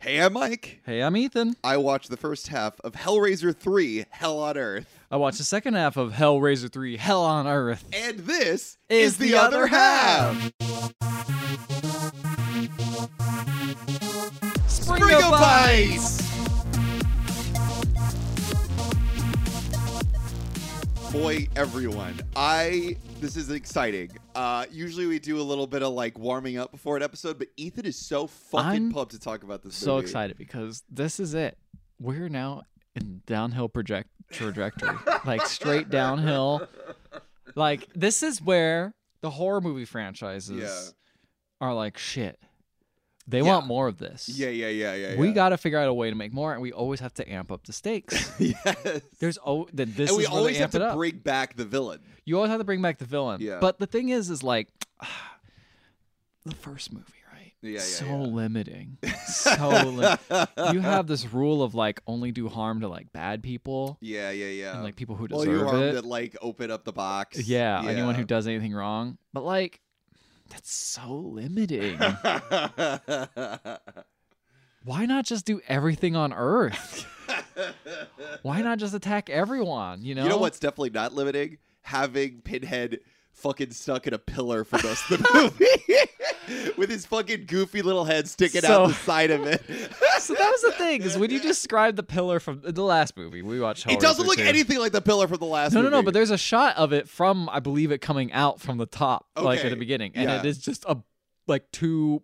Hey, I'm Mike. Hey, I'm Ethan. I watched the first half of Hellraiser 3 Hell on Earth. I watched the second half of Hellraiser 3 Hell on Earth. And this Is is, the, the other, other half. Spring, Bring of up ice! Boy, everyone, I this is exciting. Uh, usually we do a little bit of like warming up before an episode, but Ethan is so fucking I'm pumped to talk about this. So movie. excited because this is it. We're now in downhill project trajectory. like straight downhill. Like this is where the horror movie franchises are like shit. They want more of this. Yeah, yeah, yeah, yeah. We yeah. got to figure out a way to make more and we always have to amp up the stakes. yes. There's oh then this and we is where they always have amp it to up. bring back the villain. You always have to bring back the villain. Yeah. But the thing is, is like the first movie, right? Yeah, yeah, so yeah. limiting. So lim- you have this rule of like only do harm to like bad people Yeah, yeah, yeah. and like people who well, deserve you harmed it. it. like open up the box. yeah, anyone who does anything wrong. But like that's so limiting. Why not just do everything on Earth? Why not just attack everyone? You know. You know what's definitely not limiting? Having Pinhead fucking stuck in a pillar for most of the movie with his fucking goofy little head sticking out So- the side of it. So that was the thing is when you describe the pillar from the last movie we watched. it doesn't Hellraiser look 2. anything like the pillar from the last No, no, movie. no. But there's a shot of it from, I believe, it coming out from the top, like at Okay, the beginning, and yeah. it is just a like two,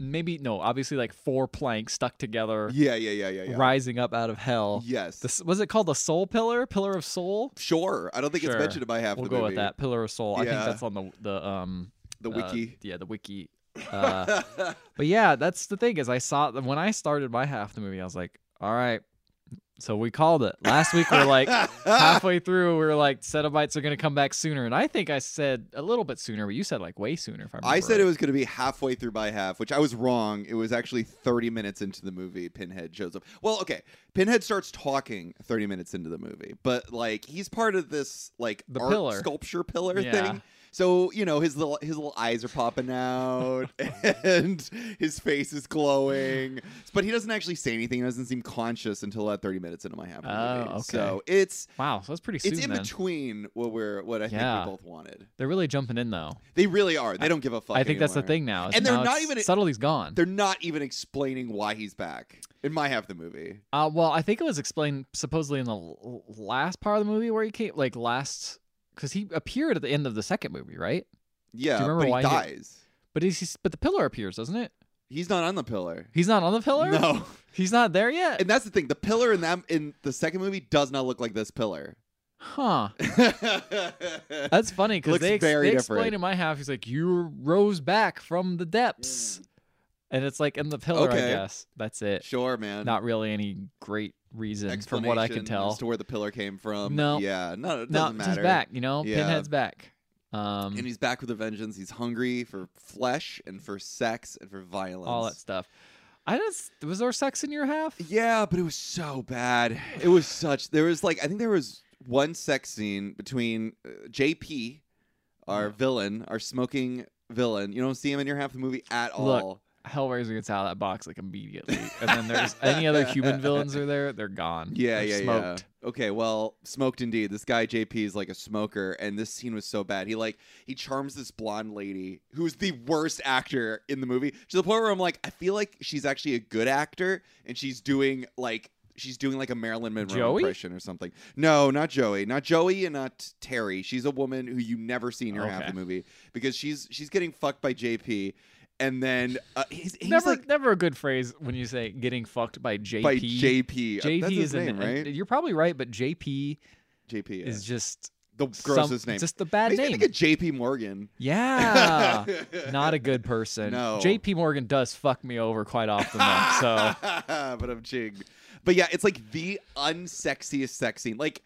maybe no, obviously like four planks stuck together, Yeah, yeah, yeah, yeah, yeah. rising up out of hell. Yes. This was it called the Soul Pillar, Pillar of Soul. Sure. I don't think it's Sure. mentioned in my half we'll the go movie. with that Pillar of Soul. I Yeah. think that's on the the um The uh, wiki. yeah, the wiki. Uh, but yeah, that's the thing is I saw when I started my half the movie, I was like, all right. So we called it last week. We we're like, Ah. halfway through, we were like, Cetabytes are going to come back sooner. And I think I said a little bit sooner, but you said like way sooner. If I, remember I said right. it was going to be halfway through by half, which I was wrong. It was actually 30 minutes into the movie. Pinhead shows up. Well, okay. Pinhead starts talking 30 minutes into the movie, but like he's part of this like The art pillar. sculpture pillar Yeah. thing. So you know his little his little eyes are popping out and his face is glowing, but he doesn't actually say anything. He doesn't seem conscious until about 30 minutes into my half. of the Oh, movie. okay. So it's Wow, so that's pretty soon. it's in then. between what we're what I Yeah. think we both wanted. They're really jumping in though. They really are. They don't give a fuck. I think that's the anymore. thing now. is And they're now not it's- even- subtlety's gone. They're not even explaining why he's back in my half the movie. Uh, well, I think it was explained supposedly in the l- last part of the movie where he came, like last, because he appeared at the end of the second movie, right? Yeah, remember but he why he- dies. But he's, he's but the pillar appears, doesn't it? He's not on the pillar. He's not on the pillar. No, he's not there yet. and that's the thing. The pillar in that in the second movie does not look like this pillar. huh. yeah, That's funny because Looks they, ex- very they different. explain in my half. He's like, "You rose back from the depths," and it's like in the pillar. Mm. Okay. I guess that's it. sure, man. Not really any great reason from what I can Explanation tell. as to where the pillar came from. No. yeah, no, it No, doesn't he's matter. back. You know, Yeah. Pinhead's back. Um, and he's back with a vengeance. He's hungry for flesh and for sex and for violence. all that stuff. I just was there sex in your half? Yeah, but it was so bad. It was such. There was like I think there was one sex scene between uh, JP, our villain, our smoking villain. You don't see him in your half the movie at all. Look, Hellraiser gets out of that box like immediately, and then there's any other human villains are there, they're gone. yeah, They're yeah, smoked. yeah. Okay, well, smoked indeed. This guy JP is like a smoker, and this scene was so bad. He like he charms this blonde lady who is the worst actor in the movie to the point where I'm like, I feel like she's actually a good actor, and she's doing like she's doing like a Marilyn Monroe Joey? impression or something. No, not Joey, not Joey, and not Terry. She's a woman who you never see in her half Okay. the movie because she's she's getting fucked by JP, and then uh, he's, he's Never, like never a good phrase when you say getting fucked by JP. by JP. JP That's his is an- name, an- right? You're probably right, but JP JP yeah. is just the some- grossest name. Just a bad Makes me name. think of J.P. Morgan. yeah, not a good person. No. JP Morgan does fuck me over quite often, though, so but I'm ching. But yeah, it's like the unsexiest sex scene. Like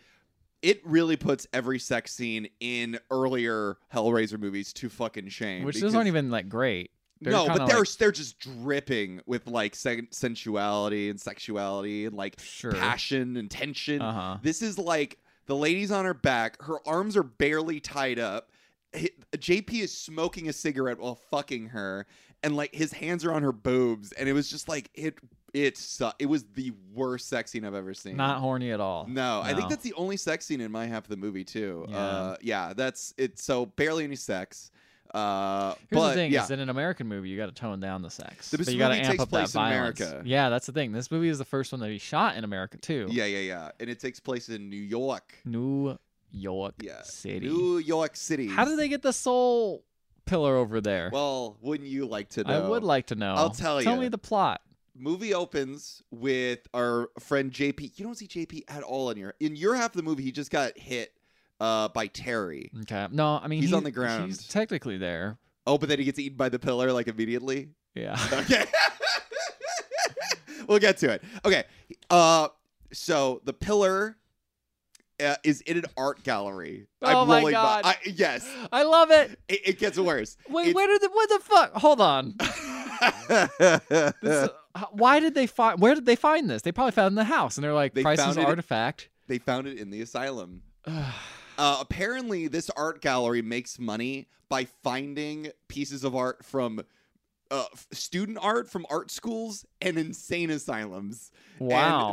it really puts every sex scene in earlier Hellraiser movies to fucking shame. which because- those aren't even like great. They're no, kinda but they're like- they're just dripping with like sen- sensuality and sexuality and like Sure. passion and tension. Uh huh. This is like the lady's on her back. Her arms are barely tied up. Hi- JP is smoking a cigarette while fucking her, and like his hands are on her boobs, and it was just like it it su- it was the worst sex scene I've ever seen. Not horny at all. No, I think No. that's the only sex scene in my half of the movie too. Yeah. Uh, yeah, that's it's so barely any sex. Uh, Here's but the thing: yeah, is in an American movie, you got to tone down the sex, This but you got to movie amp takes up that place in violence. America. Yeah, that's the thing. This movie is the first one that he shot in America too. yeah, yeah, yeah, and it takes place in New York. New York Yeah, City. New York City. How did they get the soul pillar over there? Well, wouldn't you like to know? I would like to know. I'll tell Tell ya. me the plot. movie opens with our friend JP. You don't see JP at all in your in your half of the movie. He just got hit uh, by Terry. Okay. No, I mean He's he- on the ground. He's technically there. Oh, but then he gets eaten by the pillar like immediately. Yeah. Okay, we'll get to it. Okay, uh, so the pillar. Uh, is in an art gallery. Oh my rolling God. I, yes, I love it. it, it gets worse. Wait, It's- Uh. where did the what the fuck? Hold on. This, uh, why did they find? Where did they find this? They probably found it in the house, and they're like, They "Priceless found it- artifact." they found it in the asylum. Ugh. Uh, apparently, this art gallery makes money by finding pieces of art from uh, f- student art from art schools and insane asylums. wow.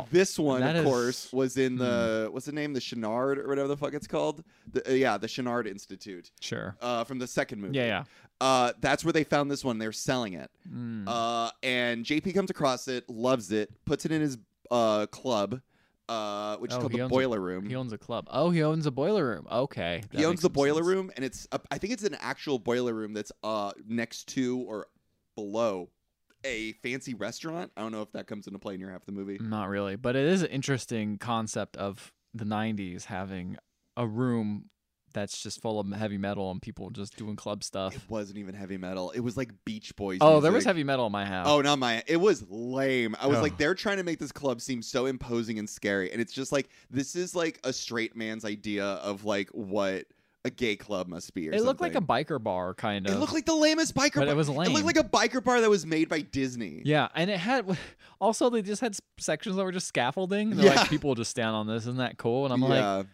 And this one, That of is- Hmm. course, was in the what's the name? The Chenard or whatever the fuck it's called. The, uh, yeah, the Chenard Institute sure. uh, from the second movie. Yeah. Yeah. Uh, that's where they found this one. They're selling it. Mm. Uh, and JP comes across it, loves it, puts it in his uh, club, uh, which is Oh, called he the owns a- Boiler Room. He owns a club. Oh, he owns a boiler room. Okay. he owns the boiler room, and it's a- I think it's an actual boiler room that's uh next to or below a fancy restaurant. I don't know if that comes into play in your half of the movie. Not really, but it is an interesting concept of the '90s having a room that's just full of heavy metal and people just doing club stuff. It wasn't even heavy metal. It was like Beach Boys. Oh, there was music. heavy metal in my house. Oh, not my. It was lame. I was Oh. like, they're trying to make this club seem so imposing and scary, and it's just like this is like a straight man's idea of like what a gay club must be. Or it looked like a something. biker bar kind of. It looked like the lamest biker. but bar. it was lame. It looked like a biker bar that was made by Disney. Yeah, and it had also they just had s- sections that were just scaffolding. And they're Yeah. like people just stand on this, isn't that cool? And I'm like, Yeah.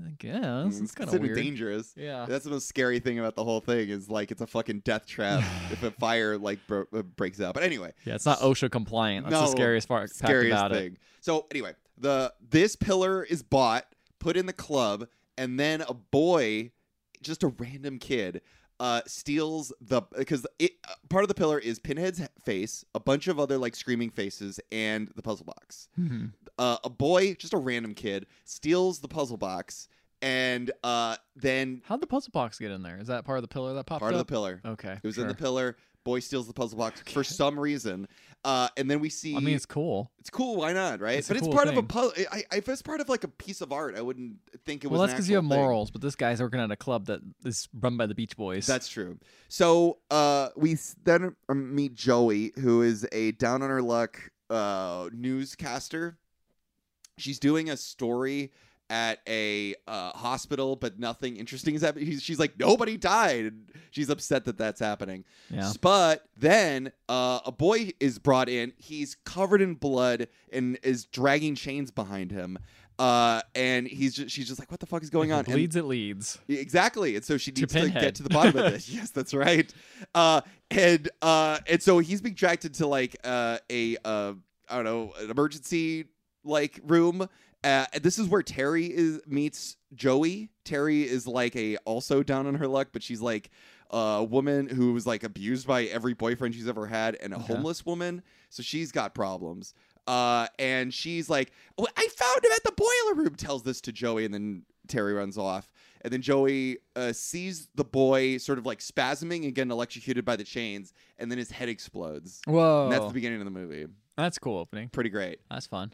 Mm, I guess it's kind of Considered weird. dangerous. Yeah. That's the most scary thing about the whole thing is like it's a fucking death trap if a fire like bro- uh, breaks out. But anyway, Yeah, it's not OSHA compliant. That's No, the scariest part fact scariest about it. thing. So anyway, the this pillar is bought, put in the club, and then a boy, just a random kid, uh, steals the because it uh, part of the pillar is Pinhead's face, a bunch of other like screaming faces, and the puzzle box. Mhm. uh, a boy, just a random kid, steals the puzzle box, and uh, then How'd the puzzle box get in there? Is that part of the pillar that popped part of the up? pillar. okay. It was in sure. the pillar. Boy steals the puzzle box for some reason, uh, and then we see. I mean, it's cool. it's cool. Why not? Right? it's a but it's cool part of a thing. puzzle. I, I, if it's part of like a piece of art, I wouldn't think it was. Well, an that's because you have actual thing. morals, but this guy's working at a club that is run by the Beach Boys. That's true. So uh, we s- then uh, meet Joey, who is a down on her luck uh, newscaster. She's doing a story at a uh, hospital, but nothing interesting is happening. She's, she's like, nobody died. And she's upset that that's happening. yeah. But then uh, a boy is brought in. He's covered in blood and is dragging chains behind him. Uh, and he's just, she's just like, what the fuck is going If on? It And- bleeds. It leads. E, Exactly. And so she To needs to, get Pinhead. to the bottom of this. yes, that's right. Uh, and uh, and so he's being dragged into like uh, a uh, I don't know an emergency like room. Uh, and this is where Terry is meets Joey. Terry is like a also down on her luck, but she's like a woman who was like abused by every boyfriend she's ever had, and a Okay. homeless woman. So she's got problems. Uh, and she's like, oh, I found him at the boiler room. Tells this to Joey, and then Terry runs off. And then Joey uh, sees the boy sort of like spasming and getting electrocuted by the chains, and then his head explodes. Whoa. And that's the beginning of the movie. That's cool opening. Pretty great. That's fun.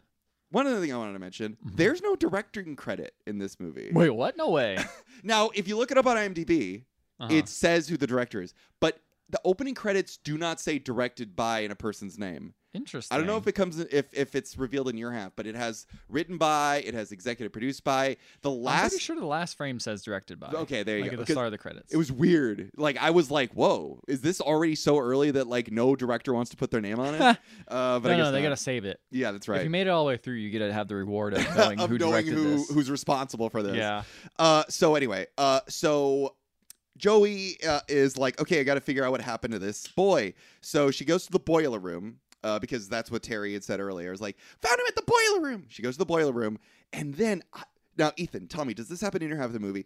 One other thing I wanted to mention: Mhm. there's no directing credit in this movie. Wait, what? No way. Now, if you look it up on IMDb, Uh-huh. it says who the director is, but the opening credits do not say directed by in a person's name. interesting. I don't know if it comes if if it's revealed in your half, but it has written by, it has executive produced by. The I'm last pretty sure the last frame says directed by. Okay, there you like go. At the Because start of the credits. it was weird. Like I was like, "Whoa, is this already so early that like no director wants to put their name on it?" uh, but no, I guess no, they not. gotta save it. Yeah, that's If right. you made it all the way through, you get to have the reward of knowing of who knowing directed who this. who's responsible for this. yeah. Uh, so anyway, uh, so Joey uh, is like, okay, I got to figure out what happened to this boy. So she goes to the boiler room uh, because that's what Terry had said earlier. It was like, found him at the boiler room. She goes to the boiler room, and then I, now Ethan, tell me, does this happen in your half of the movie?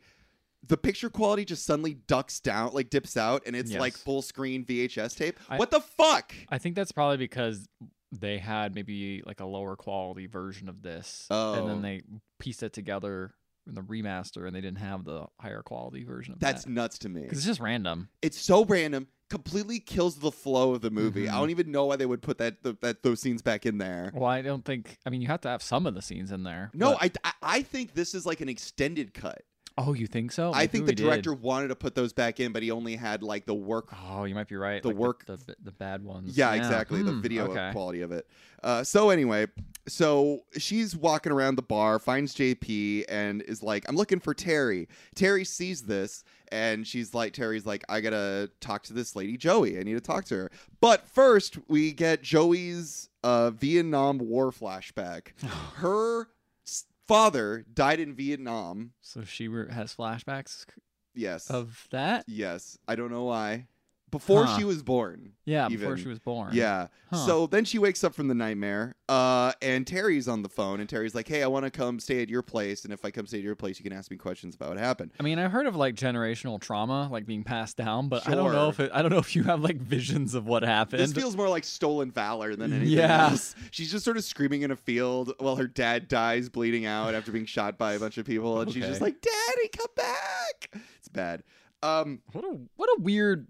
The picture quality just suddenly ducks down, like dips out, and it's Yes. like full screen VHS tape. I- what the fuck? I think that's probably because they had maybe like a lower quality version of this, and Oh. then they pieced it together in the remaster, and they didn't have the higher quality version of That's that. nuts to me. 'Cause it's just random. It's so random. Completely kills the flow of the movie. I Mhm. don't even know why they would put that th- that those scenes back in there. Well, I don't think. I mean, you have to have some of the scenes in there. No, but- I, I I think this is like an extended cut. oh, you think so? I Maybe think we the did. director wanted to put those back in, but he only had like the work Oh, you might be right. the like work- the, the the bad ones. Yeah, exactly. The Hmm, video Okay. quality of it. Uh, so anyway, so she's walking around the bar, finds JP, and is like, "I'm looking for Terry." Terry sees this, and she's like, "Terry's like, I gotta talk to this lady Joey. I need to talk to her." But first, we get Joey's uh, Vietnam War flashback. Her s- father died in Vietnam. So she re- has flashbacks Yes. of that. yes. I don't know why. Before Huh. she was born. Yeah, before Even. she was born. Yeah. Huh. So then she wakes up from the nightmare, uh, and Terry's on the phone, and Terry's like, "Hey, I want to come stay at your place, and if I come stay at your place, you can ask me questions about what happened." I mean, I've heard of like generational trauma, like being passed down, but I don't know if Sure. it, I don't know if you have like visions of what happened. This feels more like stolen valor than anything Yeah. else. She's just sort of screaming in a field while her dad dies bleeding out after being shot by a bunch of people, and she's Okay. just like, "Daddy, come back!" It's bad. Um, what a what a weird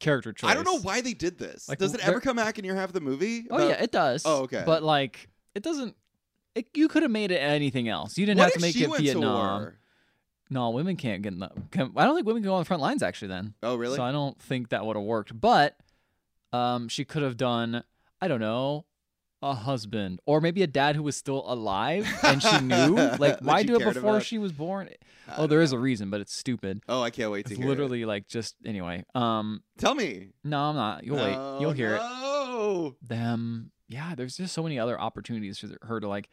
character choice. I don't know why they did this. Like, Does it where- ever come back in your half of the movie? Oh About- yeah, it does. Oh, okay. But like, it doesn't. It, you could have made it anything else. You didn't What have if to make she it went Vietnam. to war? No, women can't get in the. Can, I don't think women can go on the front lines actually. Then. Oh really? So I don't think that would have worked. But um, she could have done, I don't know, a husband or maybe a dad who was still alive and she knew. Like, That why she do it cared before about. she was born? I Oh, don't there is know. a reason, but it's stupid. Oh, I can't wait to It's hear. it. literally like just anyway. Um, Tell me. no, I'm not. You'll wait. You'll hear it. Oh, Them. Yeah, there's just so many other opportunities for her to like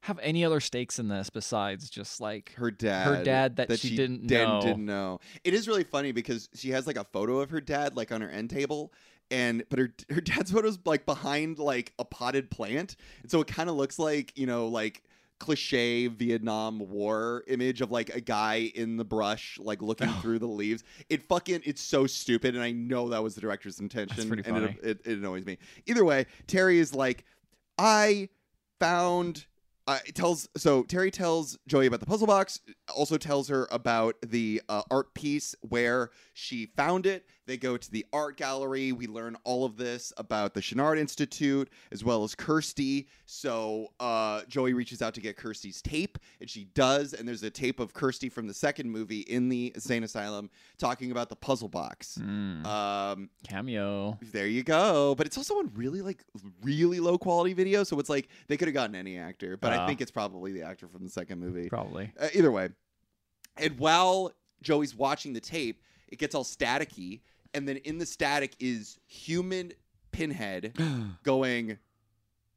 have any other stakes in this besides just like her dad. her dad that, she, didn't know. didn't know. It is really funny because she has like a photo of her dad like on her end table, and but her her dad's photo is like behind like a potted plant, and so it kind of looks like you know like cliche Vietnam War image of like a guy in the brush like looking through the leaves. It fucking it's so stupid, and I know that was the director's intention. pretty and funny. It, it, it annoys me. Either way, Terry is like, I found. Uh, tells so Terry tells Joey about the puzzle box. Also tells her about the uh, art piece where she found it. They go to the art gallery. We learn all of this about the Chenard Institute as well as Kirsty. So uh, Joey reaches out to get Kirsty's tape, and she does. And there's a tape of Kirsty from the second movie in the insane asylum talking about the puzzle box. Mm, Um, cameo. there you go. But it's also on really like really low quality video, so it's like they could have gotten any actor, but I Ah. think it's probably the actor from the second movie. Probably. Uh, either way, and while Joey's watching the tape, it gets all staticky, and then in the static is human Pinhead going,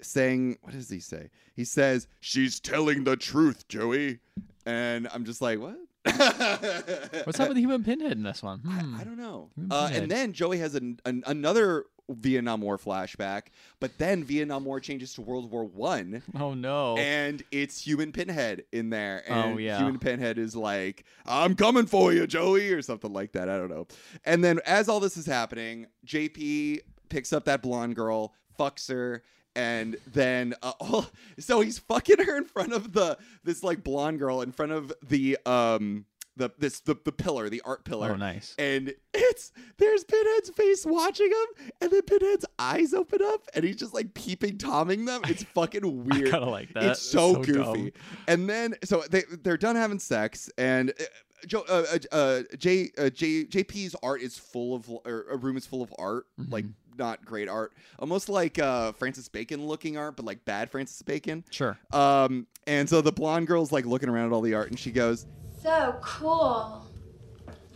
saying, "What does he say?" He says, "She's telling the truth, Joey," and I'm just like, "What?" What's up with human pinhead in this one? Hmm. I, I don't know. Hmm, Uh, good. and then Joey has an, an, another Vietnam War flashback, but then Vietnam War changes to World War One, Oh no. and it's Human Pinhead in there. Oh, And yeah. Human Pinhead is like, "I'm coming for you, Joey," or something like that. I don't know. And then as all this is happening, JP picks up that blonde girl, fucks her. And then, uh, all, so he's fucking her in front of the this like blonde girl in front of the um the this the, the pillar the art pillar Oh, nice. and it's there's Pinhead's face watching him, and then Pinhead's eyes open up, and he's just like peeping tomming them. It's fucking I weird. kind of like that. it's so, dumb. goofy. And then so they they're done having sex, and uh, Joe uh, uh, uh, J, uh, J JP's art is full of or a room is full of art Mm-hmm. like. Not great art, almost like uh, Francis Bacon looking art, but like bad Francis Bacon. Sure. Um, and so the blonde girl's like looking around at all the art, and she goes, So cool.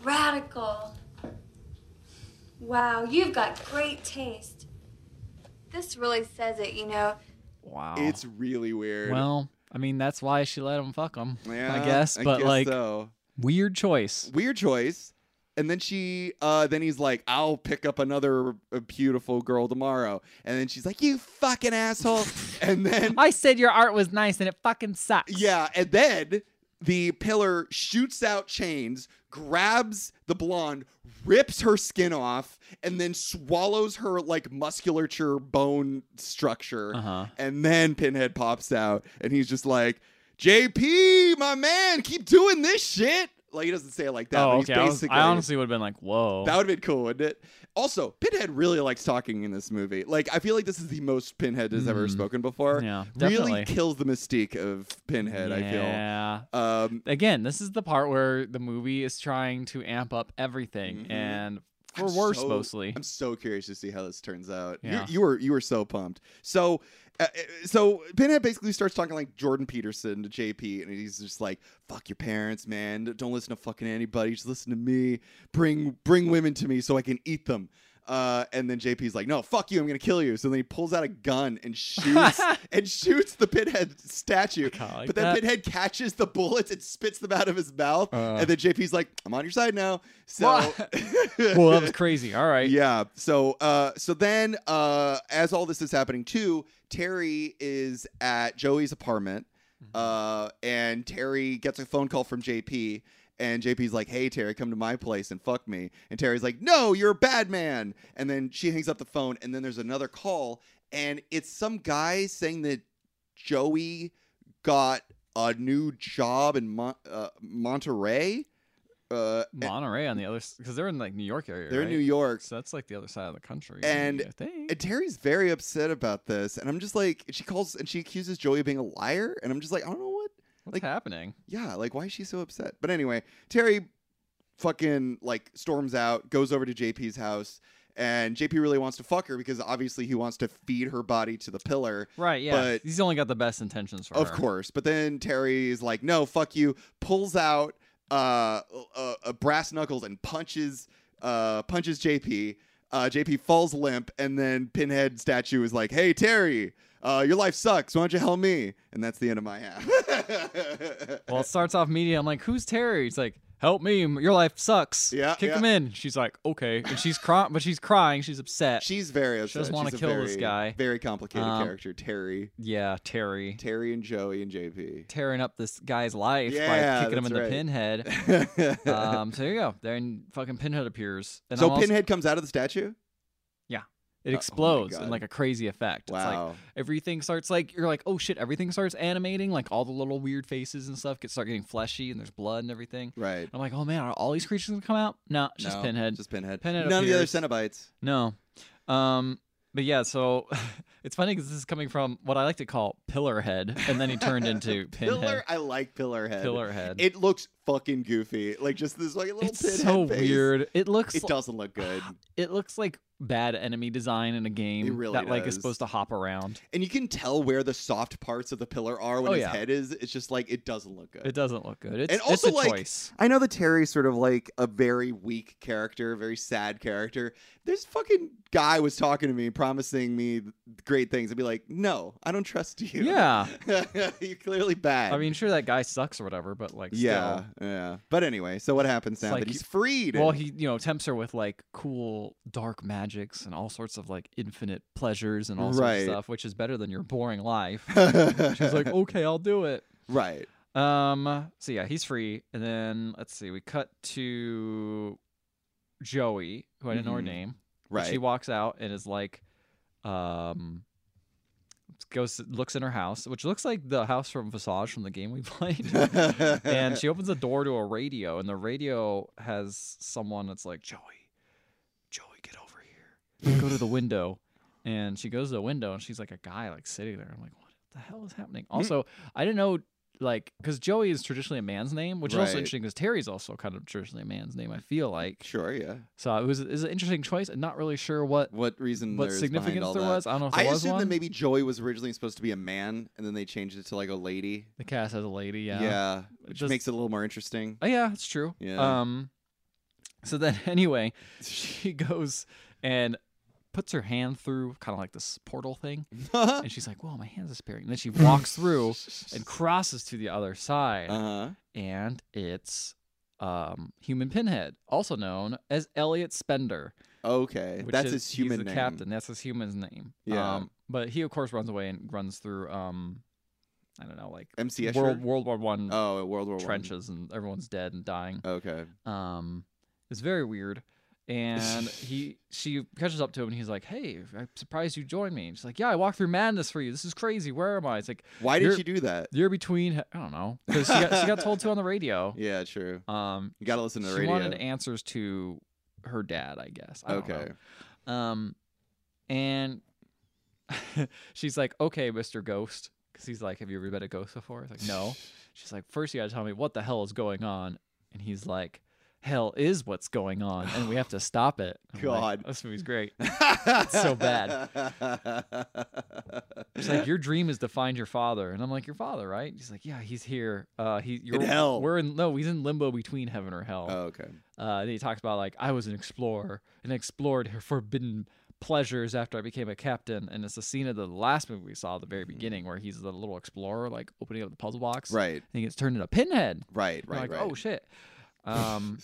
Radical. Wow, you've got great taste. This really says it, you know. Wow. "It's really weird." well. I mean, that's why she let him fuck him. Yeah, uh, I guess. But like, so. weird choice. weird choice. And then she, uh, then he's like, "I'll pick up another uh, beautiful girl tomorrow." And then she's like, "You fucking asshole!" and then I said your art was nice and it fucking sucks. yeah, and then the pillar shoots out chains, grabs the blonde, rips her skin off, and then swallows her like musculature bone structure. Uh huh. And then Pinhead pops out and he's just like, JP, my man, keep doing this shit. Like he doesn't say it like that, but Oh, he's okay. I, was- I basically honestly would have been like, whoa. that would have been cool, wouldn't it? Also, Pinhead really likes talking in this movie. Like, I feel like this is the most Pinhead has ever Mm. spoken before. yeah, Really definitely. kills the mystique of Pinhead, I feel. Yeah. Um, Again, this is the part where the movie is trying to amp up everything, Mhm. and for I'm worse so- mostly. I'm so curious to see how this turns out. You- Yeah. You, were you were so pumped. So, uh, so Pinhead basically starts talking like Jordan Peterson to JP, and he's just like, "Fuck your parents, man. Don't listen to fucking anybody. Just listen to me. Bring bring women to me so I can eat them." Uh, and then JP's like, "No, fuck you. I'm gonna kill you." So then he pulls out a gun and shoots and shoots the Pinhead statue. Kinda like but then that. Pinhead catches the bullets and spits them out of his mouth. Uh. and then JP's like, "I'm on your side now." So. What? well, that was crazy. All right. Yeah. So uh so then uh as all this is happening too, Terry is at Joey's apartment. Mm-hmm. Uh and Terry gets a phone call from JP and JP's like, "Hey Terry, come to my place and fuck me." And Terry's like, "No, you're a bad man." And then she hangs up the phone and then there's another call and it's some guy saying that Joey got a new job in Mon- uh, Monterey. Uh, Monterey on the other, because they're in like New York area. they're in right? New York. So that's like the other side of the country. And- I think. And Terry's very upset about this, and I'm just like, she calls and she accuses Joey of being a liar, and I'm just like, I don't know what. What's like- happening? Yeah, like why is she so upset? But anyway, Terry fucking like storms out, goes over to JP's house, and JP really wants to fuck her because obviously he wants to feed her body to the pillar. Right. Yeah. But- He's only got the best intentions for Of her. course. But then Terry's like, no, fuck you, pulls out uh, uh, uh brass knuckles and punches uh punches JP. Uh, JP falls limp, and then Pinhead statue is like, "Hey Terry, uh, your life sucks. Why don't you help me?" And that's the end of my half. Well, it starts off media. I'm like, who's Terry? He's like, help me. m- Your life sucks. Yeah, Kick yeah. him in. She's like, okay. And she's crying, but she's crying. She's upset. she's very upset. She doesn't wanna She's a kill this very- guy. Very complicated Um, character, Terry. yeah, Terry. Terry and Joey and JP. Tearing up this guy's life Yeah, by kicking him in that's the right. pinhead. um, so there you go. Then fucking Pinhead appears, and so I'm also- Pinhead comes out of the statue. it my explodes in God. like a crazy effect. It's like Wow. everything starts like you're like, oh shit, everything starts animating. Like all the little weird faces and stuff get start getting fleshy, and there's blood and everything. right. I'm like, oh man, are all these creatures gonna come out? No, it's just No, Pinhead. Just Pinhead. Pinhead None appears. of the other Cenobites. No, um, but yeah, so. It's funny because this is coming from what I like to call Pillar Head, and then he turned into Pillar. Pinhead. I like Pillar Head. Pillar Head. It looks fucking goofy. Like just this like little it's pinhead so face. weird. It looks It li- doesn't look good, it looks like bad enemy design in a game It really that like does. is supposed to hop around. and you can tell where the soft parts of the pillar are when Oh, his yeah. head is. It's just like it doesn't look good. It doesn't look good. It's, Uh, And also, it's a like, choice. I know that Terry's sort of like a very weak character, a very sad character. This fucking guy was talking to me, promising me great things. I'd be like, no, I don't trust you. Yeah. You're clearly bad. I mean, sure that guy sucks or whatever, but like, yeah, still. yeah. But anyway, so what happens It's now? like that you- he's freed. Well, he you know tempts her with like cool dark magics and all sorts of like infinite pleasures and all sorts Right. of stuff, which is better than your boring life. he, She was like, okay, I'll do it. right. Um. So yeah, he's free, and then let's see. We cut to Joey, who I didn't know her Mhm. name. but Right. She walks out and is like, um. Goes looks in her house, which looks like the house from Visage from the game we played. and she opens the door to a radio, and the radio has someone that's like, Joey, Joey, get over here. Go to the window. And she goes to the window, and she's like a guy like sitting there. I'm like, what the hell is happening? Hmm. Also, I didn't know like because Joey is traditionally a man's name, which is also Right. interesting because Terry's also kind of traditionally a man's name. I feel like sure, yeah. so it was is an interesting choice, and not really sure what What reason? what there's behind significance all there that. was. I don't know if I there was assume one. that maybe Joey was originally supposed to be a man, and then they changed it to like a lady. the cast has a lady, yeah, which Just- makes it a little more interesting. Oh yeah, it's true. Yeah. Um so then anyway, she goes and puts her hand through kind of like this portal thing uh and she's like, "Whoa, my hand's disappearing." And then she Uh. Uh-huh. walks through and crosses to the other side huh. and it's um, Human Pinhead, also known as Elliot Spender. Okay, which Eh, that's is- his human he's the name. captain. That's his human's name. Yeah. Um, but he of course runs away and runs through um, I don't know, like MC Escher. World World War One oh, at World War One. trenches, and everyone's dead and dying. Okay. Um, it's very weird. And he, she catches up to him, and he's like, "Hey, I'm surprised you joined me." And she's like, "Yeah, I walked through madness for you. This is crazy. Where am I?" It's like Why did You're- she do that? you're between. I don't know because she got, she got told to on the radio. Yeah, true. Um, You gotta listen to she the radio. wanted answers to her dad, I guess. I don't know. okay. Um, and she's like, "Okay, Mister Ghost," because he's like, "Have you ever been a ghost before?" It's like, "No." she's like, first you gotta tell me what the hell is going on," and he's like, "Hell is what's going on, and we have to stop it." I'm God. like, this movie's great. so bad. She's like, "Your dream is to find your father," and I'm like, "Your father, right?" He's like, "Yeah, he's here. Uh, he you're, hell. We're in no, he's in limbo between heaven or hell." oh, okay. Uh, and he talks about like I was an explorer and explored her forbidden pleasures after I became a captain. And it's the scene of the last movie we saw at the very beginning where he's the little explorer like opening up the puzzle box. Mm-hmm. Right. And he gets turned into Pinhead. Right. You're Right. like, right. oh shit. Um,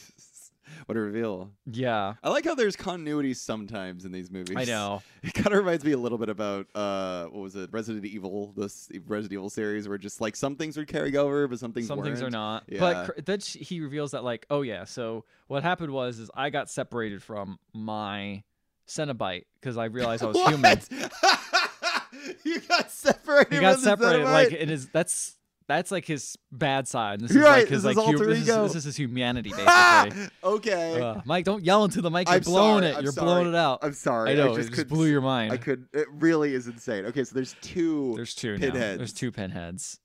what a reveal! yeah, I like how there's continuity sometimes in these movies. I know. It kind of reminds me a little bit about uh, what was it, Resident Evil, this Resident Evil series, where just like some things would carry over, but some things Some things are weren't. not. Yeah. But cr- then she- he reveals that like, oh yeah. So what happened was is I got separated from my Cenobite because I realized I was Oh, human. What? you got separated. He got with the separated. Cenobite? Like it is. That's that's like his bad side. This is You're right, like his this is like hu- alter this, is, ego. this is his humanity Ah! basically. okay. Ugh. Mike, don't yell into the mic. You're I'm blowing sorry, it. I'm You're sorry. blowing it out. I'm sorry. I know. just it just couldn't blew your mind. I could. It really is insane. Okay, so there's two. There's two now. pinheads. There's two pinheads.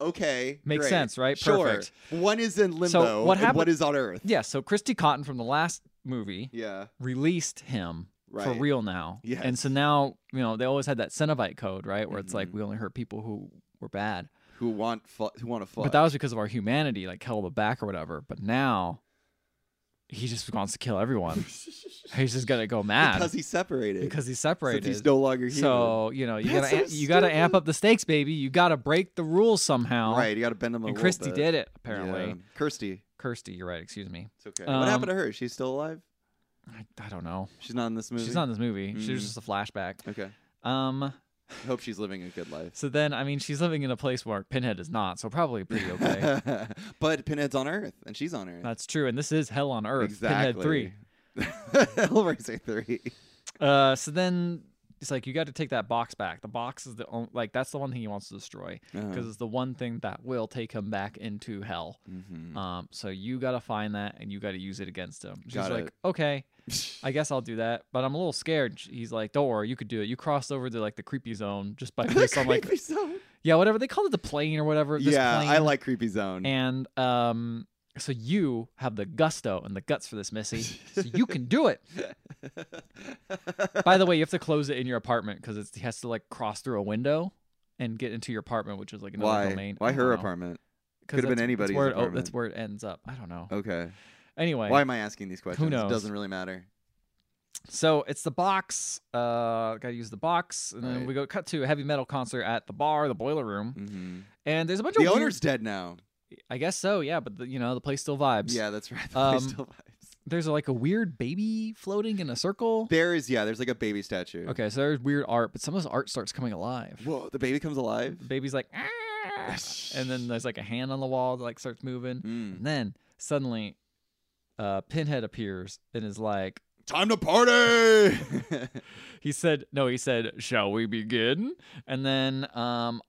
okay, Makes great. sense, right? Sure. Perfect. One is in limbo. what and One happened- is on Earth. Yeah. So Christy Cotton from the last movie Yeah. released him for Right. real now. And so Yes. now you know they always had that Cenobite code, right? Where it's Mhm. like we only hurt people who were bad. Who want fu- who want to fuck? But that was because of our humanity, like held it back or whatever. But now he just wants to kill everyone. he's just gonna go mad because he's separated. because he's Since separated. he's no longer human. so you know you That's gotta so amp- you gotta amp stupid. up the stakes, baby. You gotta break the rules somehow. right, you got to bend him a And little Kirsty bit. did it apparently. Yeah. Kirsty, Kirsty, you're right. Excuse me. it's okay. Um, what happened to her? She's still alive? I, I don't know. She's not in this movie. She's not in this movie. She was Mm. just a flashback. Okay. Um. I hope she's living a good life. So then, I mean, she's living in a place where Pinhead is not, so probably pretty okay. but Pinhead's on Earth, and she's on Earth. That's true. And this is Hell on Earth. exactly. Pinhead three. Hellraiser three. Uh, so then it's like you got to take that box back. The box is the on- like that's the one thing he wants to destroy Uh-huh. because Um, it's the one thing that will take him back into hell. Mhm. Um, so you got to find that and you got to use it against him. She's Got like, it. okay, I guess I'll do that, but I'm a little scared. Sh- He's like, don't worry, you could do it. You crossed over to like the creepy zone just by based on like Creepy zone. yeah, whatever they call it, the plane or whatever. this yeah, I plane. like creepy zone. and um. So you have the gusto and the guts for this, Missy. So you can do it. By the way, you have to close it in your apartment because it has to like cross through a window and get into your apartment, which is like another Why? domain. Why her apartment? Could've been anybody's That's where, it, oh, apartment. that's where it ends up. I don't know. Okay. Anyway, Why am I asking these questions? knows? It doesn't really matter. so it's the box. Uh, gotta use the box, and then Right. we go cut to a heavy metal concert at the bar, the boiler room, hmm and there's a bunch The of owner's dead now. Weird, I guess so. Yeah, but the, you know the place still vibes. Yeah, that's right. The place Um, still vibes. There's like a weird baby floating in a circle. There is yeah. There's like a baby statue. Okay, so there's weird art, but some of this art starts coming alive. Whoa, the baby comes alive. The baby's like, "Ah," and then there's like a hand on the wall that like starts moving. Mm. And then suddenly, uh, Pinhead appears and is like, Time to party. he said, no, he said, shall we begin? And then, um,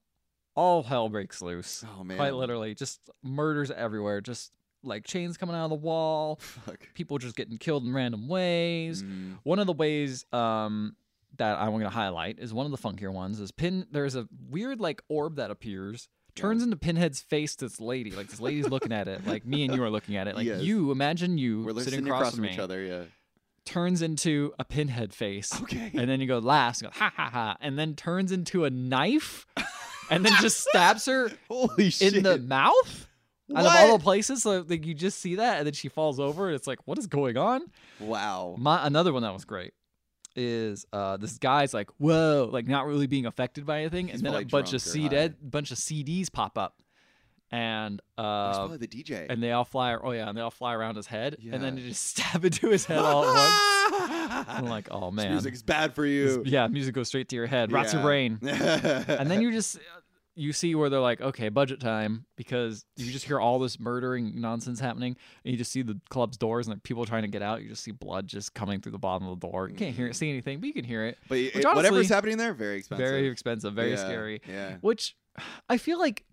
all hell breaks loose. oh man. Quite literally, just murders everywhere. Just like chains coming out of the wall, Fuck. people just getting killed in random ways. Mm. One of the ways um, that I'm going to highlight is one of the funkier ones is pin. There's a weird like orb that appears, turns into Pinhead's face. to This lady, like this lady's looking at it, like me and you are looking at it. Like Yes. you, imagine you We're li- sitting across, from from me, each other. Yeah. turns into a Pinhead face, Okay. and then you go laughs, and go, ha ha ha, and then turns into a knife, and then just stabs her Holy shit. in the mouth. Out of all the places, so like you just see that, and then she falls over, and it's like, what is going on? wow. My another one that was great is uh this guy's like whoa like not really being affected by anything He's and then a probably bunch of drunk or CD bunch of CDs pop up and It's uh, probably the DJ. and they all fly. Oh yeah, and they all fly around his head, and then Yeah. they just stab into his head all at once. I'm like, oh This man, music's bad for you. yeah, music goes straight to your head, rots your Yeah. brain, and and then you just you see where they're like, okay, budget time, because you just hear all this murdering nonsense happening, and you just see the club's doors and the people trying to get out. You just see blood just coming through the bottom of the door. You can't hear it, see anything, but you can hear it. but it, Which whatever's honestly- happening there, very Mm-hmm. expensive. Very expensive, very Yeah, scary. Yeah. Which I feel like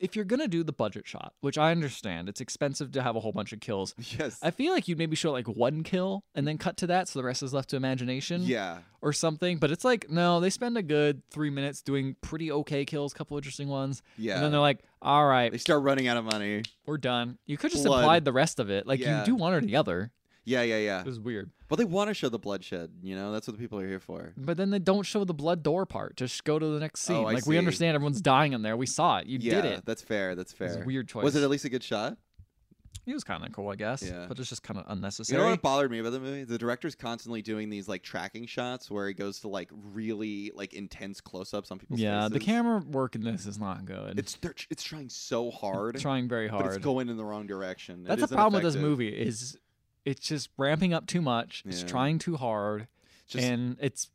if you're gonna do the budget shot, which I understand, it's expensive to have a whole bunch of kills. Yes. I feel like you'd maybe show like one kill and then cut to that, so the rest is left to imagination yeah. or something. But it's like no, they spend a good three minutes doing pretty okay kills, couple interesting ones, Yeah. and then they're like, all right, they start running out of money. we're done. You could just Blood. apply the rest of it. Like Yeah. you do one or the other. Yeah, yeah, yeah. It was weird. But they want to show the bloodshed, you know? That's what the people are here for. But then they don't show the blood door part. Just go to the next scene. Oh, I like we see. understand everyone's dying in there. We saw it. You yeah, did it. that's fair. That's It fair. was a weird choice. Was it at least a good shot? It was kind of cool, I guess. Yeah. But it's just kind of You unnecessary. know what bothered me about the movie? The director's constantly doing these like tracking shots where he goes to like really like intense close-ups on people's yeah, the faces. camera work in this is not good. It's they're, it's trying so hard, It's trying very but it's hard. going in the wrong direction. It That's the is problem with this ineffective. movie is it's just ramping up too much. It's Yeah. trying too hard, Just, and it's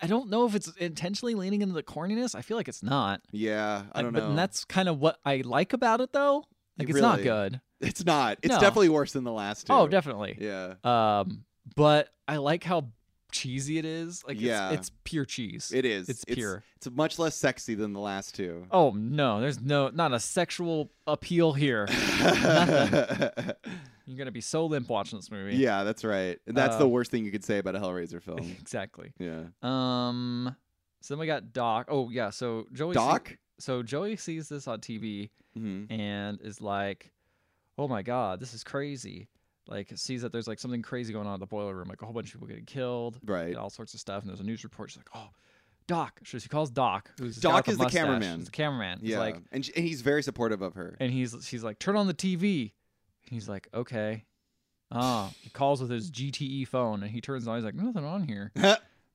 I don't know if it's intentionally leaning into the corniness. I feel like it's not. yeah, I Like, don't but, know. And that's kind of what I like about it, though. Like it's not Really? good. it's not. It's No. definitely worse than the last two. Oh, definitely. Yeah, Um, but I like how cheesy it is. Like Yeah. it's, it's pure cheese. it is. It's it's pure. It's much less sexy than the last two. Oh no, there's no not a sexual appeal here. You're gonna be so limp watching this movie. yeah, that's right. And that's Uh, the worst thing you could say about a Hellraiser film. exactly. yeah, Um, so then we got Doc. Oh yeah, so Joey. see- Doc. so Joey sees this on TV hmm and is like, "Oh my god, this is crazy!" Like sees that there's like something crazy going on at the boiler room, like a whole bunch of people getting killed, Right. and all sorts of stuff. And there's a news report. She's like, "Oh, Doc." So she calls Doc, who's Doc got the is the mustache. cameraman. He's the cameraman. He's Yeah, like, and, sh- and he's very supportive of her. and he's she's like, turn on the TV. And he's like, okay. Ah, he calls with his GTE phone, and he turns on. He's like, nothing on here.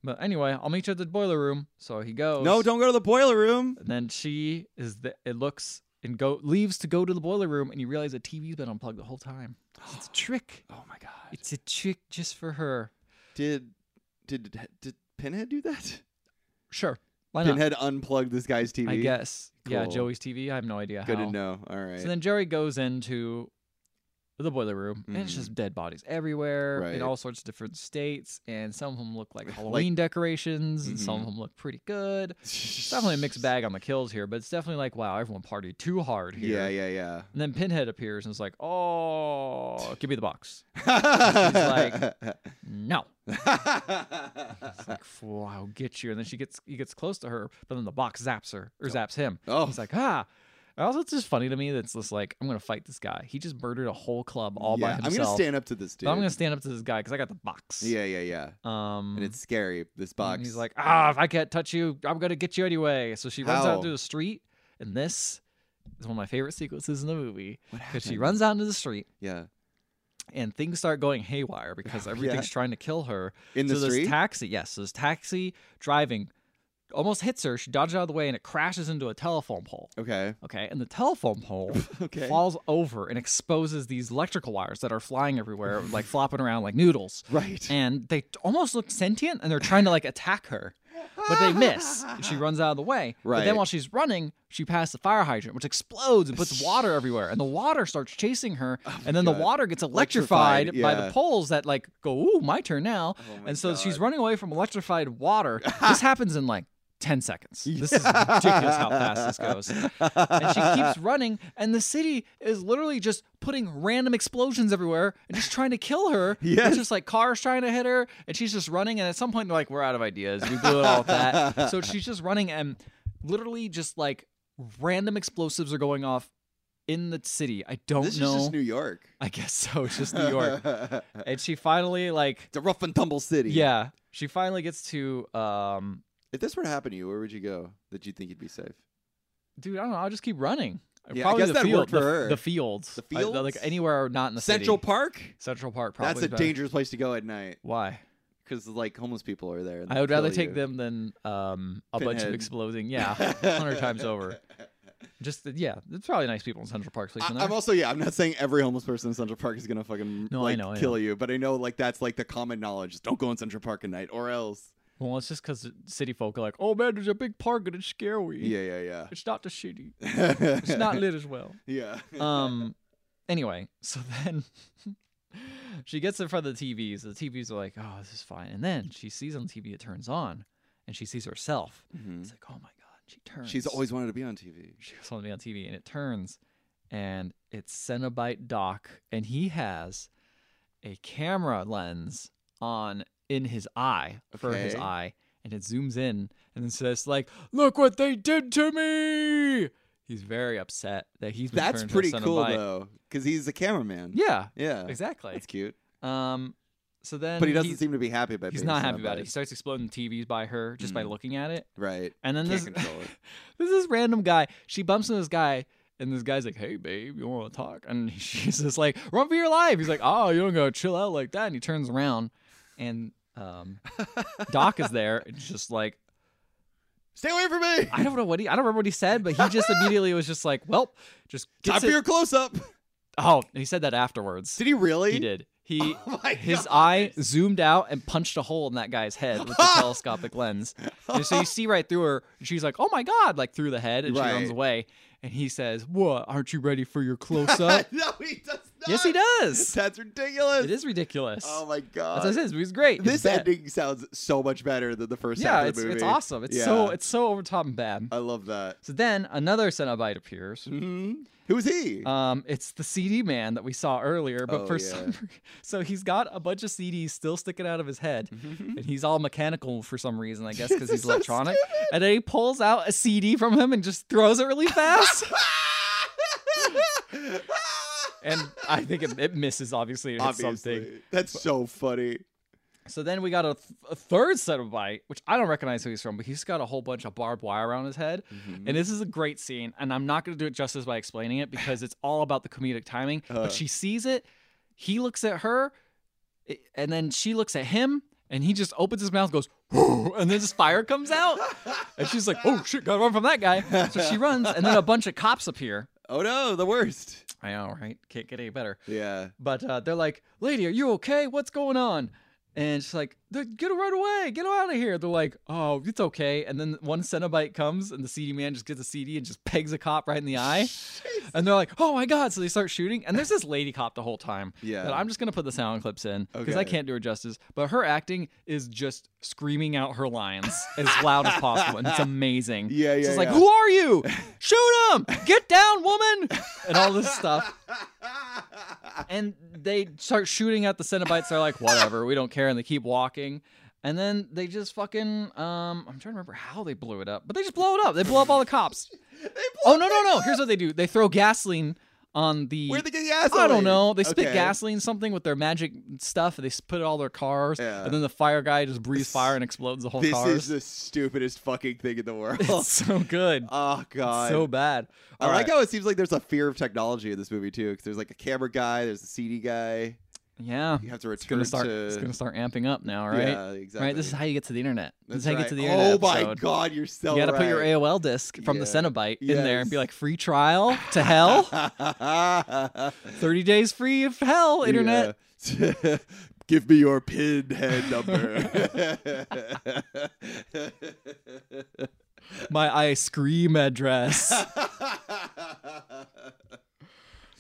But anyway, I'll meet you at the boiler room. So he goes. no, don't go to the boiler room. And then she is. The, it looks and go leaves to go to the boiler room, and you realize the TV's been unplugged the whole time. It's a trick. Oh my god. It's a trick just for her. Did did did Pinhead do that? Sure. Why not? Pinhead unplugged this guy's TV. I guess. Yeah, Cool. Joey's TV. I have no idea Good how. to know. All right. So then Jerry goes into the boiler room, and it's Mhm. just dead bodies everywhere Right. in all sorts of different states. And some of them look like Halloween decorations, and Mm-hmm. some of them look pretty good. It's definitely a mixed bag on the kills here, but it's definitely like, wow, everyone partied too hard here. Yeah, yeah, yeah. And then Pinhead appears and is like, oh, give me the box. No. It's like, fool, I'll get you. And then she gets he gets close to her, but then the box zaps her or zaps him. oh, He's like, ah. And also, it's just funny to me that's just like, I'm going to fight this guy. He just murdered a whole club all yeah, by I'm himself. gonna stand up to this dude. But I'm going to stand up to this guy because I got the box. Yeah, yeah, yeah. Um, And it's scary. This box. and he's like, ah, if I can't touch you, I'm going to get you anyway. So she runs How? out through the street. And this is one of my favorite sequences in the movie what because she happened? runs out into the street Yeah, and things start going haywire because everything's trying to kill her. in the so this street. taxi, yes, so this taxi driving almost hits her. She dodges out of the way and it crashes into a telephone pole. okay. Okay, and the telephone pole Okay. falls over and exposes these electrical wires that are flying everywhere, like flopping around like noodles. Right. And they t- almost look sentient, and they're trying to like attack her, but they miss. and she runs out of the way. But Right. then while she's running, she passes the fire hydrant, which explodes and puts water everywhere, and the water starts chasing her. and then Oh God. the water gets electrified, Electrified, by yeah. the poles that like go, "Ooh, my turn now." Oh my and so she's God. running away from electrified water. this happens in like. 10 seconds. This is ridiculous how fast this goes and she keeps running and the city is literally just putting random explosions everywhere and just trying to kill her Yes. it's just like cars trying to hit her and she's just running and at some point they're like we're out of ideas we blew it all with that so she's just running and literally just like random explosives are going off in the city i don't This know is just New York. i guess so it's just new york it's and she finally like a rough and tumble city. yeah she finally gets to um If this were to happen to you, where would you go that you think you'd be safe? dude i don't know i'll just keep running Yeah, I Probably guess the that field, worked for the, her. the fields, The I- like fields? anywhere not in the city. Central Park. Central Park probably. That's is a better. dangerous place to go at night Why? because like homeless people are there. and I they'll would rather kill take you. them than um, a bunch Pinhead. of exploding. Yeah, hundred times over. Just that- yeah, it's probably nice people in Central Park sleeping I, there. am also yeah. I'm not saying every homeless person in Central Park is gonna fucking No, I like, know, I kill know. you, but I know like that's like the common knowledge. Just don't go in Central Park at night, or else. well, it's just because city folk are like, oh man, there's a big park and it's scary. Yeah, yeah, it's not the city. yeah. It's not lit as well. Yeah. Um. anyway, so then she gets in front of the TVs. The TVs are like, oh, this is fine. And then she sees on TV, it turns on, and she sees herself. Mhm. It's like, oh my god, she turns. She's always wanted to be on TV. she was on to be on TV, and it turns, and it's Cenobite Doc, and he has a camera lens on in his eye for his Okay. eye, and it zooms in and it says like, "Look what they did to me." He's very upset that he's been That's turned to a pretty cool Cenobite. though, because he's a cameraman. Yeah, Yeah. exactly. That's cute. Um, so then, But he doesn't he's, seem to be happy about. he's being not surrounded happy about by it. He starts exploding TVs by her just by Mm. looking at it, Right. and then Can't this control it. There's this random guy. She bumps into this guy, and this guy's like, "Hey, babe, you want to talk?" And she's just like, "Run for your life!" He's like, "Oh, you don't go chill out like that." And he turns around, and um, Doc is there, and he's just like, Stay away from me. I don't know what he, I don't remember what he said, but he just immediately was just like, "Well, just Time gets for it." your close up. Oh, he said that afterwards. Did he really? he did. He Oh my his God. eye zoomed out and punched a hole in that guy's head with the telescopic lens. And so you see right through her. And she's like, "Oh my god!" Like through the head, and she Right. runs away. And he says, "What? Aren't you ready for your close up?" no, he does not. yes, he does. That's ridiculous. It is ridiculous. Oh my That's what god. it is. It was great. It's This bad. ending sounds so much better than the first half yeah, of the it's movie. it's awesome. It's so Yeah. it's so over the top and bad. I love that. so then another Cenobite appears. Mm-hmm. Mhm. Who's he? Um, it's the CD man that we saw earlier, but Oh, for yeah. some reason, so he's got a bunch of CDs still sticking out of his head, and he's all mechanical for some reason, I guess, because This is he's so electronic. and then he pulls out a CD from him and just throws it really fast. and I think it, it misses obviously or hits something. Obviously, that's so funny. So then we got a, th- a third set of bite, which I don't recognize who he's from, but he's got a whole bunch of barbed wire around his head. And this is a great scene, and I'm not going to do it justice by explaining it because it's all about the comedic timing. Uh. but she sees it, he looks at her, i- and then she looks at him, and he just opens his mouth, goes, and then this fire comes out, and she's like, "Oh shit, gotta run from that guy!" So she runs, and then a bunch of cops appear. Oh no, the worst. I know, right? Can't get any better. Yeah. But uh, they're like, "Lady, are you okay? What's going on?" And she's like, "They're- "Get right away! Get out of here!" They're like, "Oh, it's okay." And then one Cenobite comes, and the CD man just gets a CD and just pegs a cop right in the eye. and they're like, "Oh my god!" So they start shooting, and there's this lady cop the whole time. Yeah. That I'm just gonna put the sound clips in because I Okay. can't do her justice. But her acting is just screaming out her lines as loud as possible, and it's amazing. Yeah, yeah, She's like, yeah. "Who are you? Shoot him! Get down, woman!" And all this stuff and they start shooting at the Cenobites. They're like, whatever, we don't care, and they keep walking. And then they just fucking um, I'm trying to remember how they blew it up, but they just blow it up. They blow up all the cops. oh no no no! Here's what they do: they throw gasoline on the. Where'd they get gasoline? I don't know. They spit Okay. gasoline something with their magic stuff, and they s- put it all their cars. Yeah. And then the fire guy just breathes fire and explodes the whole This cars. is the stupidest fucking thing in the world. It's so good, oh god. so bad. I All like right. how it seems like there's a fear of technology in this movie too, because there's like a camera guy, there's a CD guy. yeah, You have to it's return gonna start. to. It's gonna start amping up now, right? Yeah, exactly. Right. This is how you get to the internet. This is That's how you right. get to the internet. Oh my episode. god, you're so. You got to put your right. AOL disk from the Yeah. Cenobite in there and be Yes. like, free trial to hell, 30 days free of hell, internet. Yeah. Give me your pinhead number. My ice cream address.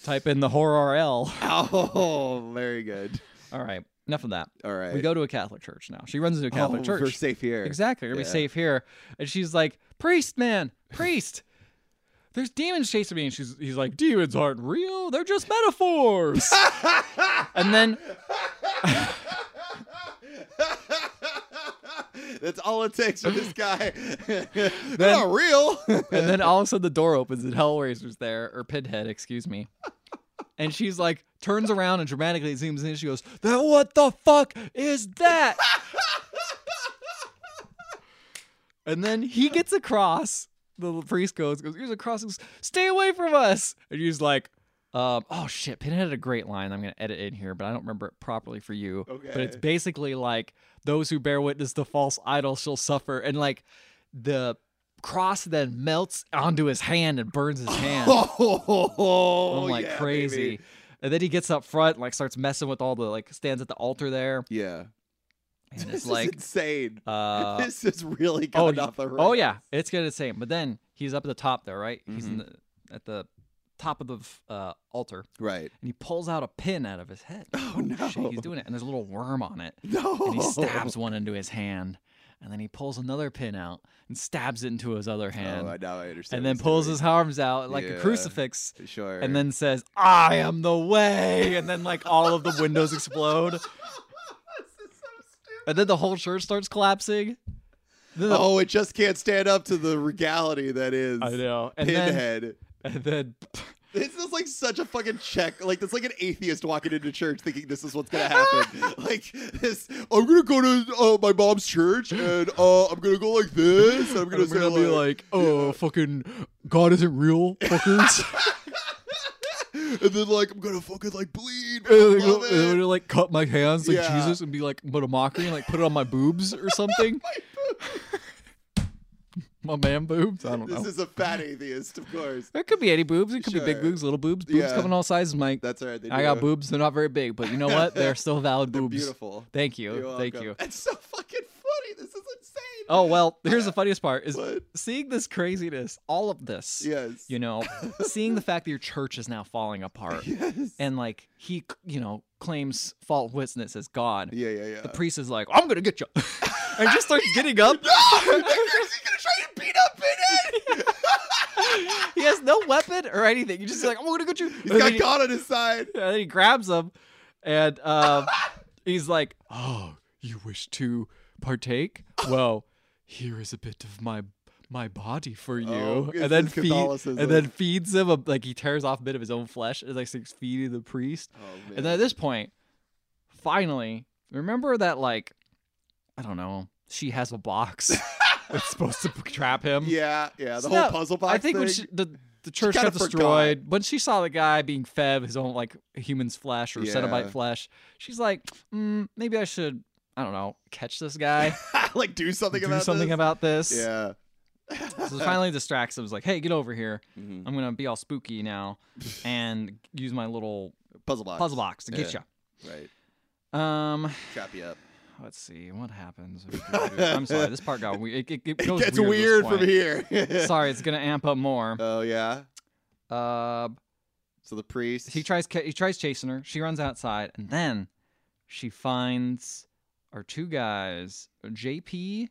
Type in the horror L. oh, very good. All right, enough of that. All right. We go to a Catholic church now. She runs into a Oh, Catholic We're church. safe here. Exactly. You're going to Yeah. be safe here. And she's like, priest, man, priest. There's demons chasing me. And she's, he's like, demons aren't real. They're just metaphors. and then That's all it takes for this guy. They're not real. and then all of a sudden the door opens and Hellraiser's there, or Pinhead, excuse me. And she's like, turns around and dramatically zooms in. She goes, "That what the fuck is that?" and then he gets across. The priest goes, goes, "Here's a cross. Goes, Stay away from us." And he's like, um, "Oh shit!" Pinhead had a great line. I'm gonna edit in here, but I don't remember it properly for you. But it's Okay. basically like, "Those who bear witness to false idols shall suffer," and like the cross then melts onto his hand and burns his hand. Oh, I'm like yeah, crazy. baby. And then he gets up front and like starts messing with all the like stands at the altar there. Yeah. And This it's is like insane. uh this is really oh, going y- off the rails. oh yeah, it's gonna same. But then he's up at the top there, right? He's Mm-hmm. in the, at the top of the f- uh, altar Right. and he pulls out a pin out of his head. Oh, shit, he's no. Oh. doing it and there's a little worm on it. No. And he stabs one into his hand and then he pulls another pin out and stabs it into his other hand. Oh, I- now I understand. and what then he's pulls doing. his arms out like a Yeah. crucifix Sure. and then says, I am the way. And then, like, all of the windows explode. And then the whole church starts collapsing. Then the- Oh, it just can't stand up to the regality that is I know. And then, Pinhead. and then, This is like such a fucking check. Like that's like an atheist walking into church thinking this is what's gonna happen. like this, I'm gonna go to uh, my mom's church and uh, I'm gonna go like this. And I'm gonna, I'm say, going to be like, oh, fucking God isn't real, fuckers. and then like I'm gonna fucking like bleed. I And they love go- they it. would like cut my hands like Yeah. Jesus and be like, but a mockery and like put it on my boobs or something. my man boobs. I don't know. This is a fat atheist, of course. It could be any boobs. It could be big Sure. boobs, little boobs. Boobs Yeah. come in all sizes, Mike. That's all right. They I do. got boobs. They're not very big, but you know what? They're still valid They're boobs. beautiful. Thank you. You're Thank welcome. you. It's so fucking funny. This is insane. Oh well, here's the funniest part is What? seeing this craziness, all of this. Yes. You know, seeing the fact that your church is now falling apart. Yes. And like he, you know, claims false witness as God. yeah, yeah, yeah. The priest is like, "I'm gonna get you," and just starts getting up. He's gonna try to beat up Pinhead. he has no weapon or anything. He's just like, "I'm gonna get you." He's And then got he- God on his side. And then he grabs him, and uh, he's like, "Oh, you wish to partake? Well, here is a bit of my my body for you." Oh, it's- and then it's feed, Catholicism. and then feeds him a, like he tears off a bit of his own flesh and like starts feeding the priest. Oh, And then at this point, finally, remember that like I don't know, she has a box that's supposed to trap him. yeah, yeah, the um, So whole now, puzzle box. I think when thing. she, the the church kinda got destroyed, when she saw the guy being fed his own like human's flesh or Yeah. Cenobite flesh, she's like, mm, maybe I should, I don't know, catch this guy, like do something do about something this. about this. Yeah. So it finally distracts him. Is like, hey, get over here. Mm-hmm. I'm gonna be all spooky now, and use my little Puzzle box. puzzle box to get Yeah. ya. Right. you. Um, Trap you up. let's see what happens. I'm sorry, this part got weird. It, it, it It goes gets weird weird at this from point. here. Sorry, it's gonna amp up more. Oh yeah. Uh, So the priest. he tries ca- he tries chasing her. She runs outside, and then she finds our two guys, JP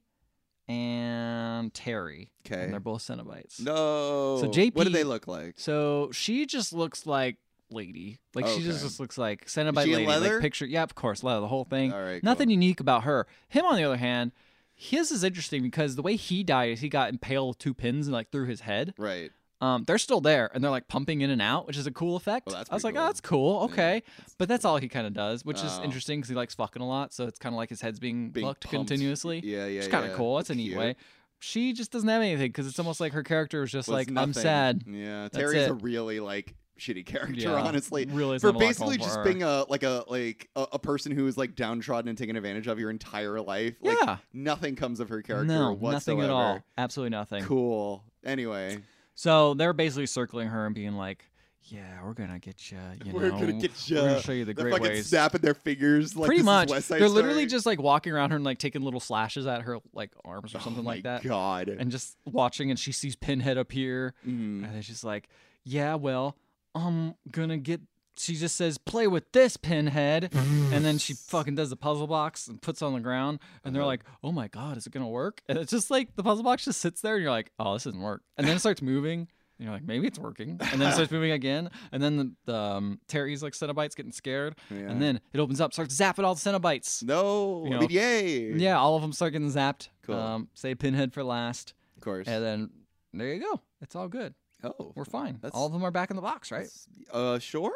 and Terry, and Okay. they're both Cenobites. No. What JP do they look like? So she just looks like lady, like she just, Okay. just looks like Cenobite she in lady, leather? like picture. Yeah, of course, leather, the whole thing. All right. Nothing unique about her. Him, on the other hand, his is interesting because the way he died is he got impaled with two pins and like through his head. Cool. Right. Um, they're still there and they're like pumping in and out, which is a cool effect. Well, that's I was like, pretty oh, cool. that's cool. Yeah. Okay, but that's all he kind of does, which is Oh. interesting because he likes fucking a lot. So it's kind of like his head's being, Being plucked pumped. continuously. Yeah, yeah. it's kind of yeah. cool. That's a neat Cute. way. She just doesn't have anything because it's almost like her character is just Was like, I'm nothing. sad. Yeah. Terry's a it. really like shitty character, Yeah, honestly. really for isn't a lot basically going for just her. being a like a like a, a person who is like downtrodden and taken advantage of your entire life. Like Yeah. nothing comes of her character no, whatsoever. nothing at all. Absolutely nothing. Cool. Anyway, So they're basically circling her and being like, "Yeah, we're gonna get you. You we're know, gonna get you. We're gonna show you the They're great fucking ways." snapping their fingers. Like, Pretty this is much, West Side they're literally Story. just like walking around her and like taking little slashes at her like arms or Oh something my like that, God. and just watching. And she sees Pinhead appear, Mhm. and then she's like, "Yeah, well, I'm gonna get." She just says, "Play with this, Pinhead," and then she fucking does the puzzle box and puts it on the ground, and they're Uh-huh. like, "Oh my god, is it gonna work?" And it's just like the puzzle box just sits there, and you're like, "Oh, this doesn't work," and then it starts moving. And you're like, maybe it's working, and then it starts moving again, and then the, the um, Terry's like Cenobites getting scared, Yeah. and then it opens up, starts zapping all the Cenobites. no. you I know, mean, yay. Yeah, all of them start getting zapped. Cool. Um, say Pinhead for last, Of course. and then there you go. It's all good. oh. We're fine. That's- all of them are back in the box, right? that's- Uh, sure.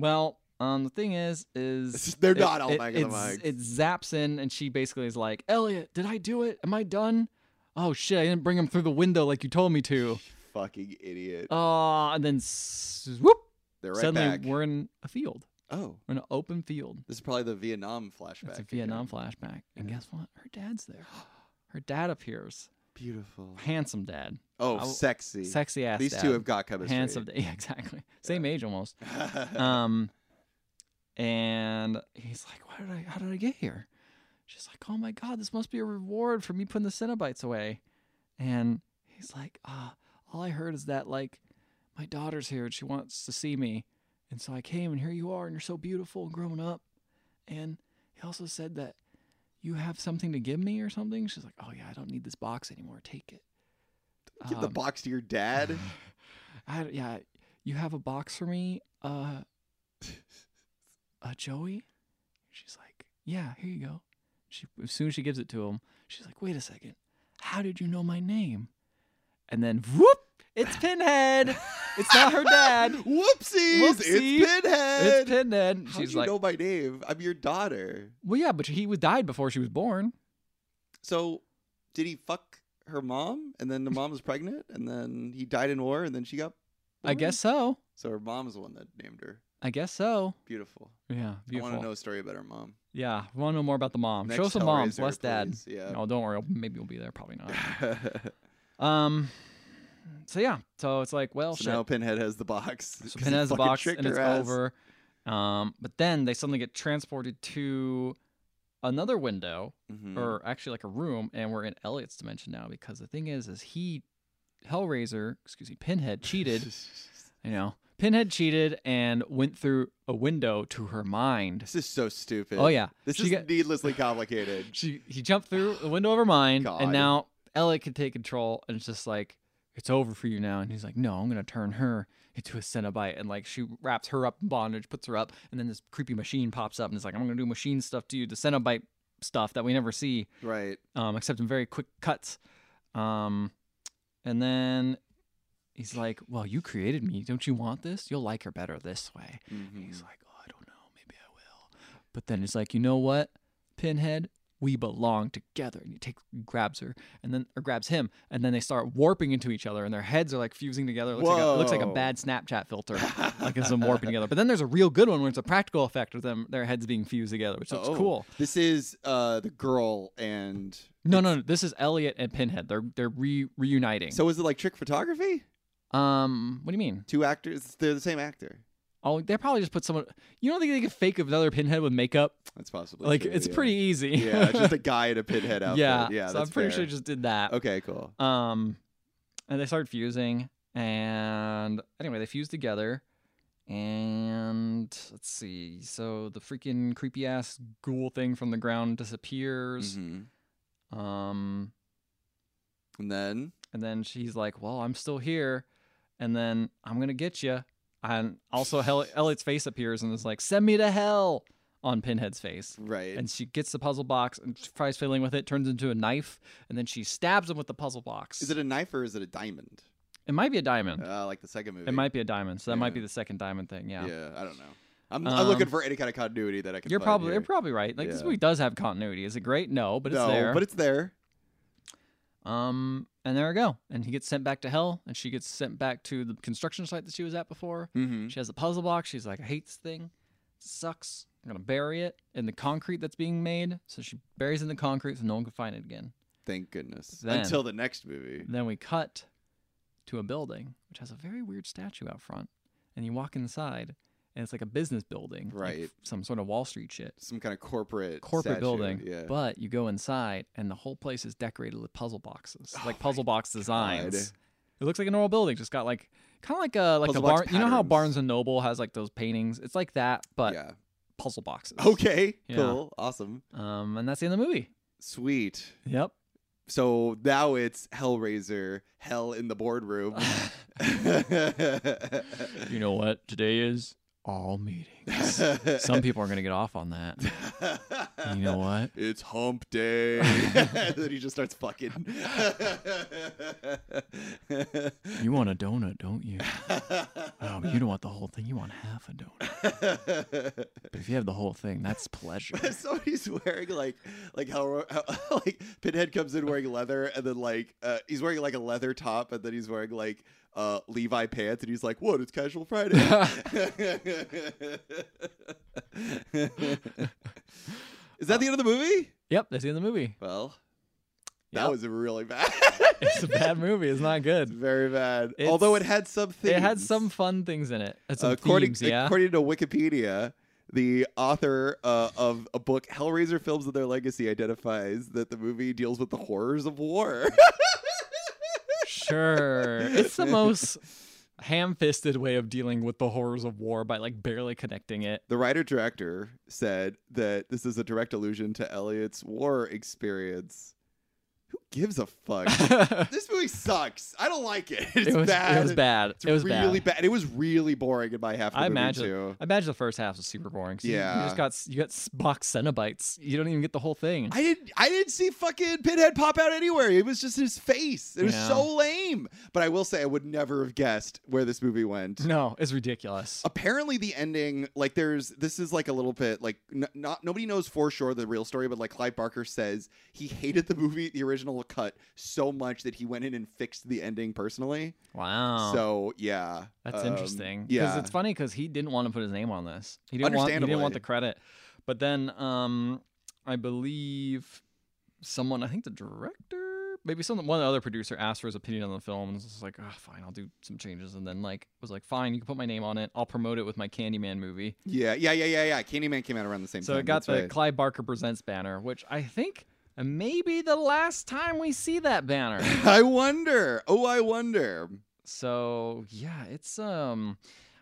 Well, um, the thing is, is They're it- not oh all it, back it, in the box. z- It zaps in, and she basically is like, "Elliot, did I do it? Am I done? Oh shit, I didn't bring him through the window like you told me to." Fucking idiot. Uh, and then swoop, They're right suddenly back. we're in a field, oh, we're in an open field. this is probably the Vietnam flashback. It's a again. Vietnam flashback, and guess what? Her dad's there. Her dad appears, Beautiful. handsome dad, Oh, I w- sexy. sexy ass. These dad. two have got chemistry. Uh, handsome. dad. Yeah, exactly. Same age almost. Um, and he's like, "Why did I? How did I get here?" She's like, "Oh my god, this must be a reward for me putting the Cenobites away." And he's like, "Ah, all I heard is that like my daughter's here and she wants to see me, and so I came and here you are and you're so beautiful and grown up." And he also said that you have something to give me or something. She's like, "Oh yeah, I don't need this box anymore. Take it." Give the Um, box to your dad. I, yeah, you have a box for me, uh, uh, Joey. She's like, yeah, here you go. She as soon as she gives it to him, she's like, wait a second, how did you know my name? And then whoop, it's Pinhead. it's not her dad. Whoopsies! Whoopsie. It's Pinhead. It's Pinhead. How She's do you like, know my name? I'm your daughter. well, yeah, but he was died before she was born. So, did he fuck her mom, and then the mom was pregnant, and then he died in war, and then she got? I born? guess so. So her mom's the one that named her. I guess so. Beautiful. Yeah, beautiful. I want to know a story about her mom. Yeah, we want to know more about the mom. Next Show some moms. Hellraiser, Less dad. please. Yeah. No, don't worry. I'll- Maybe we'll be there. Probably not. Um. So yeah. So it's like, well, so shit. now Pinhead has the box. so 'cause he Pin has the fucking box tricked and it's her ass. over. Um. But then they suddenly get transported to another window, Mhm. or actually like a room, and we're in Elliot's dimension now because the thing is, is he, Hellraiser, excuse me, Pinhead cheated. you know, Pinhead cheated and went through a window to her mind. This is so stupid. Oh yeah. This She is got- needlessly complicated. She he jumped through the window of her mind, God. and now Elliot can take control, and it's just like it's over for you now. And he's like, no, I'm gonna turn her into a Cenobite, and like she wraps her up in bondage, puts her up, and then this creepy machine pops up, and it's like, I'm gonna do machine stuff to you, the Cenobite stuff that we never see, right. um, except in very quick cuts. Um, and then he's like, well, you created me, don't you want this? You'll like her better this way. And Mhm. He's like, oh, I don't know, maybe I will. But then it's like, you know what, Pinhead, we belong together. And he takes, grabs her, and then or grabs him, and then they start warping into each other, and their heads are like fusing together. It looks, like a, it looks like a Whoa. bad Snapchat filter, like it's them warping together. But then there's a real good one where it's a practical effect of them their heads being fused together, which looks Oh. cool. This is uh, the girl and. No, no, no, this is Elliot and Pinhead. They're they're re- reuniting. So is it like trick photography? um, what do you mean? Two actors? They're the same actor. Oh, they probably just put someone. You don't think they could fake another Pinhead with makeup? That's possibly Like true, it's yeah. pretty easy. yeah, it's just a guy in a pinhead outfit. Yeah, yeah. So I'm that's pretty fair. sure just did that. Okay, cool. Um, and they started fusing, and anyway, they fused together. And let's see. So the freaking creepy ass ghoul thing from the ground disappears. Mhm. Um, And then and then she's like, "Well, I'm still here," and then I'm gonna get you. And also, Hel- Elliot's face appears and is like, "Send me to hell!" on Pinhead's face. right. and she gets the puzzle box and tries fiddling with it, turns into a knife, and then she stabs him with the puzzle box. is it a knife or is it a diamond? it might be a diamond. Uh, like the second movie. Um, it might be a diamond, so that might Yeah. be the second diamond thing. Yeah, Yeah. I don't know. I'm, I'm Um, looking for any kind of continuity that I can. you're find probably here. you're probably right. Like this Yeah. movie does have continuity. Is it great? No, but it's no, there. but it's there. um, and there we go. And he gets sent back to hell, and she gets sent back to the construction site that she was at before. Mm-hmm. She has a puzzle box. She's like, I hate this thing. It sucks. I'm gonna bury it in the concrete that's being made. So she buries it in the concrete so no one can find it again. Thank goodness. Then- Until the next movie. Then we cut to a building which has a very weird statue out front, and you walk inside, and it's like a business building, like Right. some sort of Wall Street shit, Some kind of corporate corporate statue, building. Yeah. But you go inside, and the whole place is decorated with puzzle boxes, Oh like my puzzle box designs. It looks like a normal building, just got like kind of like a like Puzzle a bar. box You know how patterns. Barnes and Noble has like those paintings? It's like that, but yeah. puzzle boxes. Okay. Yeah. Cool. Awesome. Um, and that's the end of the movie. Sweet. Yep. So now it's Hellraiser, Hell in the boardroom. you know what? Today is all meetings. Some people are gonna get off on that. And you know what? It's hump day. and then he just starts fucking. You want a donut, don't you? Oh, you don't want the whole thing. You want half a donut. But if you have the whole thing, that's pleasure. Somebody's wearing like, like how, how like Pinhead comes in wearing leather, and then like uh, he's wearing like a leather top, and then he's wearing like uh, Levi pants, and he's like, "What? It's casual Friday." Is that the end of the movie? yep, that's the end of the movie. Well, That Yep. was really bad. It's a bad movie. It's not It's good. very bad. It's- Although it had some things. It had some fun things in it. It's some according, themes, yeah. according to Wikipedia, the author uh, of a book, Hellraiser Films and Their Legacy, identifies that the movie deals with the horrors of war. sure. It's the most ham-fisted way of dealing with the horrors of war by like barely connecting it. the writer director said that this is a direct allusion to Elliot's war experience. Who gives a fuck? it this movie sucks. I don't like it. It's was bad. it was bad. It's It was really bad. bad. It was really boring in my half. Of the I movie, imagine- Too. I imagine the first half was super boring. 'cause you- you, Yeah. just got s- you got s- box cenobites. You don't even get the whole thing. I didn't. I didn't see fucking Pinhead pop out anywhere. It was just his face. It was Yeah. so lame. But I will say, I would never have guessed where this movie went. no, it's ridiculous. Apparently, the ending, like, there's this is like a little bit like n- not nobody knows for sure the real story, but like Clive Barker says he hated the movie, the original cut, so much that he went in and fixed the ending personally. Wow. So yeah, That's Um, interesting. Because Yeah, it's funny because he didn't want to put his name on this. He didn't want. He didn't Understandably. want the credit. But then, um, I believe someone, I think the director, maybe some one other producer asked for his opinion on the film, and was just like, oh, "Fine, I'll do some changes." And then like was like, "Fine, you can put my name on it. I'll promote it with my Candyman movie." yeah, yeah, yeah, yeah, yeah. Candyman came out around the same So time. it got That's the right. Clive Barker Presents banner, which I think maybe the last time we see that banner. I wonder. Oh, I wonder. So yeah, it's um,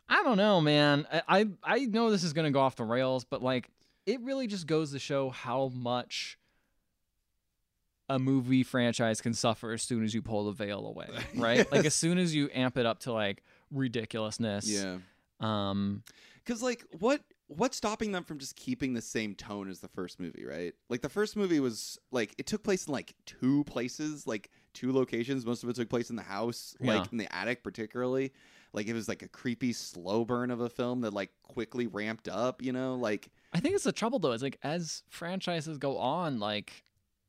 I don't know, man. I I, I know this is gonna go off the rails, but like it really just goes to show how much a movie franchise can suffer as soon as you pull the veil away, right? Like as soon as you amp it up to like ridiculousness. Yeah. Um. Because like what what's stopping them from just keeping the same tone as the first movie, right? Like the first movie was like it took place in like two places, like two locations. Most of it took place in the house, Yeah. like in the attic particularly. Like it was like a creepy slow burn of a film that like quickly ramped up, you know? Like I think it's the trouble though. Is like as franchises go on, like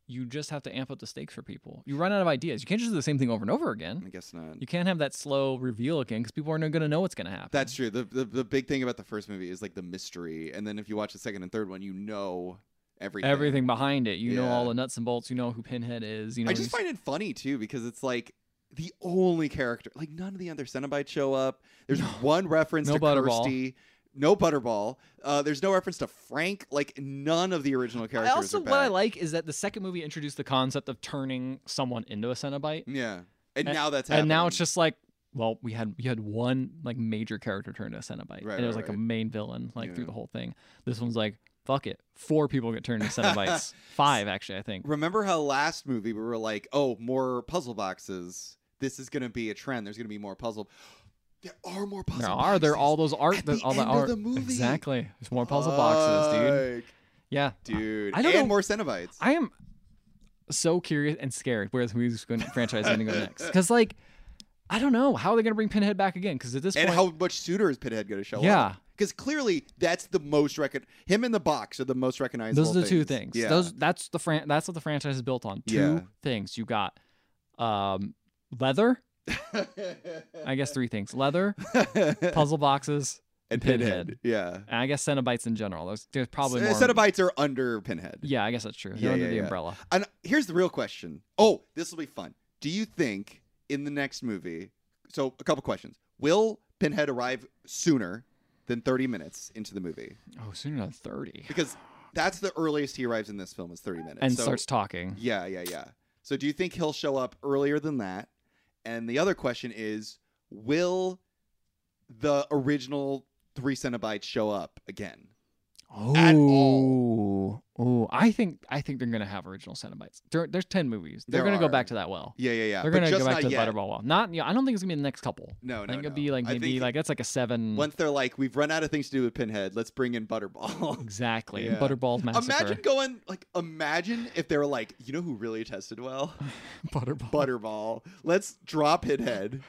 you just have to amp up the stakes for people. You run out of ideas. You can't just do the same thing over and over I again. guess not. You can't have that slow reveal again because people aren't going to know what's going to happen. That's true. The, the the big thing about the first movie is like the mystery, and then if you watch the second and third one, you know everything. everything behind it. You know Yeah. all the nuts and bolts. You know who Pinhead is. You know I just he's- find it funny too because it's like the only character, like none of the other Cenobites show up. There's one reference No to Butterball. Kirsty, no Butterball. Uh, there's no reference to Frank. Like none of the original I characters. also are what I back. like is that the second movie introduced the concept of turning someone into a Cenobite, Yeah, and A- now that's and now happening. it's just like. Well, we had we had one like major character turned into a Cenobite, Right, and it was right, like a right. main villain like through Yeah. the whole thing. This one's like fuck it, four people get turned into Cenobites, five actually I think. Remember how last movie we were like, oh, more puzzle boxes. This is gonna be a trend. There's gonna be more puzzle. There are more puzzle. There are there are all boxes. those art At the, the all end of art the movie. exactly. There's more puzzle boxes, dude. Fuck, Yeah, Dude, I don't and know- more Cenobites. I am so curious and scared where this movie's going franchise is going to go next. Because like, I don't know how they're going to bring Pinhead back again. Because at this and point, how much sooner is Pinhead going to show Yeah. up? because clearly that's the most recon. Him and the box are the most recognizable. those are the two things. Yeah, Those that's the fran- that's what the franchise is built on. Two Yeah. things you got, um, leather. I guess three things: leather, puzzle boxes, and Pinhead. Pinhead. Yeah, and I guess Cenobites in general. There's, there's probably S- more. Cenobites are under Pinhead. Yeah, I guess that's true. They're Yeah, under yeah, the yeah. umbrella. And here's the real question. Oh, this will be fun. Do you think in the next movie? So a couple questions. Will Pinhead arrive sooner than 30 minutes into the movie? Oh, sooner than thirty, Because that's the earliest he arrives in this film is 30 minutes. and so starts talking. Yeah, yeah, yeah. So do you think he'll show up earlier than that? And the other question is, will the original three Cenobites show up again? Oh, at oh! I think I think they're gonna have original Cenobites. There, there's ten movies. They're There gonna go are. back to that well. Yeah, yeah, yeah. They're but gonna just go back not to the yet. Butterball well. Not, yeah, I don't think it's gonna be the next couple. No, no, I think no. it'll be like I maybe think like that's like a seven. once they're like, we've run out of things to do with Pinhead. Let's bring in Butterball. exactly. Yeah. Butterball's massacre. imagine going like, imagine if they were like, you know who really tested well? Butterball. Butterball. Let's drop Pinhead.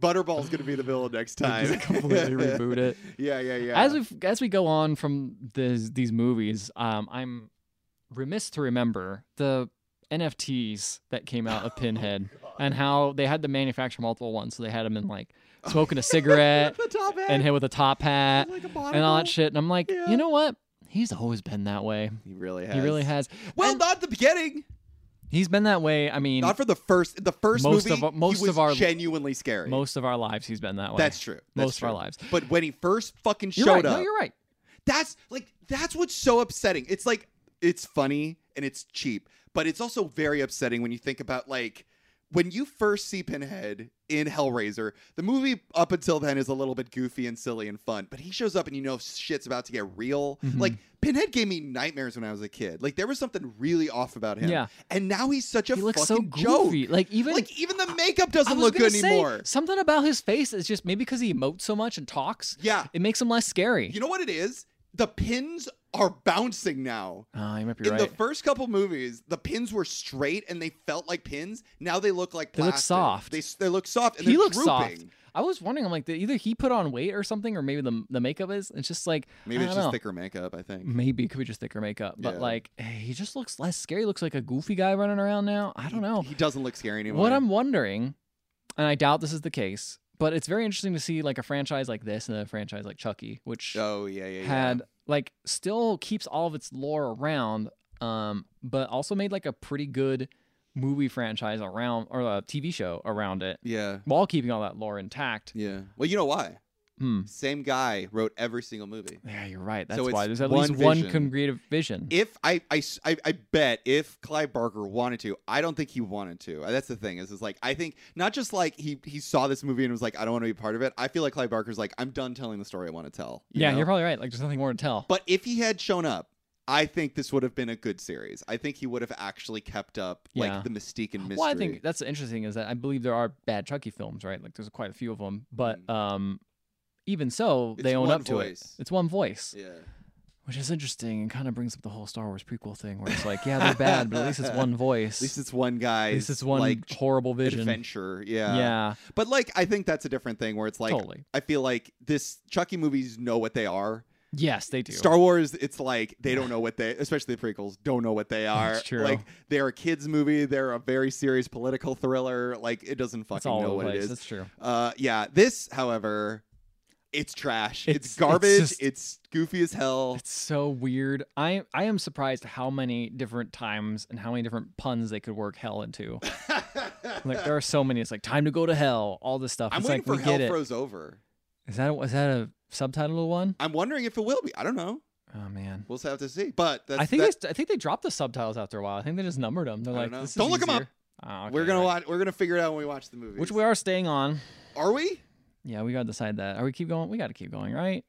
Butterball's gonna be the villain next time. Just completely reboot it. Yeah, yeah, yeah. As we as we go on from these these movies, um, I'm remiss to remember the NFTs that came out Oh, of Pinhead and how they had to manufacture multiple ones. So they had him in like smoking a cigarette the top hat. and him with a top hat. Like a and all monocle. that shit. And I'm like, Yeah. you know what? He's always been that way. He really has. He really has. Well, And- not the beginning. He's been that way. I mean, Not for the first the first Most movie. of- most he was of our- genuinely scary. most of our lives he's been that way. that's true. That's most of our true. lives. But when he first fucking You're showed right. up, No, you're right. that's like that's what's so upsetting. It's like it's funny and it's cheap, but it's also very upsetting when you think about like when you first see Pinhead in Hellraiser, the movie up until then is a little bit goofy and silly and fun, but he shows up and you know shit's about to get real. Mhm. Like Pinhead gave me nightmares when I was a kid. Like there was something really off about him. Yeah. And now he's such a He looks so fucking joke. goofy. Like even like even the makeup I doesn't was look gonna good say, anymore. Something about his face is just maybe because he emotes so much and talks, Yeah. it makes him less scary. You know what it is? The pins are bouncing now. oh, you might be In right. the first couple movies, the pins were straight and they felt like pins. Now they look like They plastic. look soft. They, s- they look soft. And he they're looks soft. drooping. I was wondering, I'm like, did either he put on weight or something, or maybe the the makeup is. It's just like Maybe I it's don't just know. Mm, thicker makeup. I think. Maybe it could be just thicker makeup, but Yeah. like eh, he just looks less scary. Looks like a goofy guy running around now. I don't know. He doesn't look scary anymore. What I'm wondering, and I doubt this is the case, but it's very interesting to see like a franchise like this and a franchise like Chucky, which Oh yeah yeah yeah. had like still keeps all of its lore around, um, but also made like a pretty good movie franchise around or a TV show around it yeah. while keeping all that lore intact. Yeah. Well, you know why? Hmm. Same guy wrote every single movie. Yeah, you're right. That's So why it's there's at least one one vision. creative vision. If I, I s- I- I bet if Clive Barker wanted to, I don't think he wanted to. Uh, That's the thing is, is like I think not just like he he saw this movie and was like, I don't want to be part of it. I feel like Clive Barker's like, I'm done telling the story I want to tell. you yeah, know? you're probably right. Like there's nothing more to tell. But if he had shown up, I think this would have been a good series. I think he would have actually kept up like Yeah. the mystique and mystery. Well, I think that's interesting is that I believe there are bad Chucky films, right? Like there's quite a few of them, but Mm. um, even so, It's they own one up to voice. it. It's one voice, yeah. which is interesting and kind of brings up the whole Star Wars prequel thing, where it's like, yeah, they're bad, but at least it's one voice. At least it's one guy. At least it's one like horrible vision. adventure. Yeah, Yeah. But like I think that's a different thing where it's like totally. I feel like this Chucky movies know what they are. Yes, they do. Star Wars, it's like they don't know what they, especially the prequels, don't know what they are. That's true. Like they're a kids movie. They're a very serious political thriller. Like it doesn't it's fucking all know over what it the place. is. That's true. Uh, yeah. This, however, it's trash. It's, It's- it's garbage. It's, just- goofy as hell. It's so weird. I I am surprised how many different times and how many different puns they could work hell into. Like there are so many. It's like time to go to hell. All this stuff. I'm it's waiting like we for Hell get it. Froze Over. Is that a, is that a subtitled one? I'm wondering if it will be. I don't know. Oh man. We'll have to see. But that's, I think that- they, I think they dropped the subtitles after a while. I think they just numbered them. They're I don't like, know. this is Don't look 'em up. easier. Oh, okay, we're gonna right. watch. We're gonna figure it out when we watch the movie. which we are staying on. are we? Yeah, we gotta decide that. Are we keep going? We gotta keep going, right?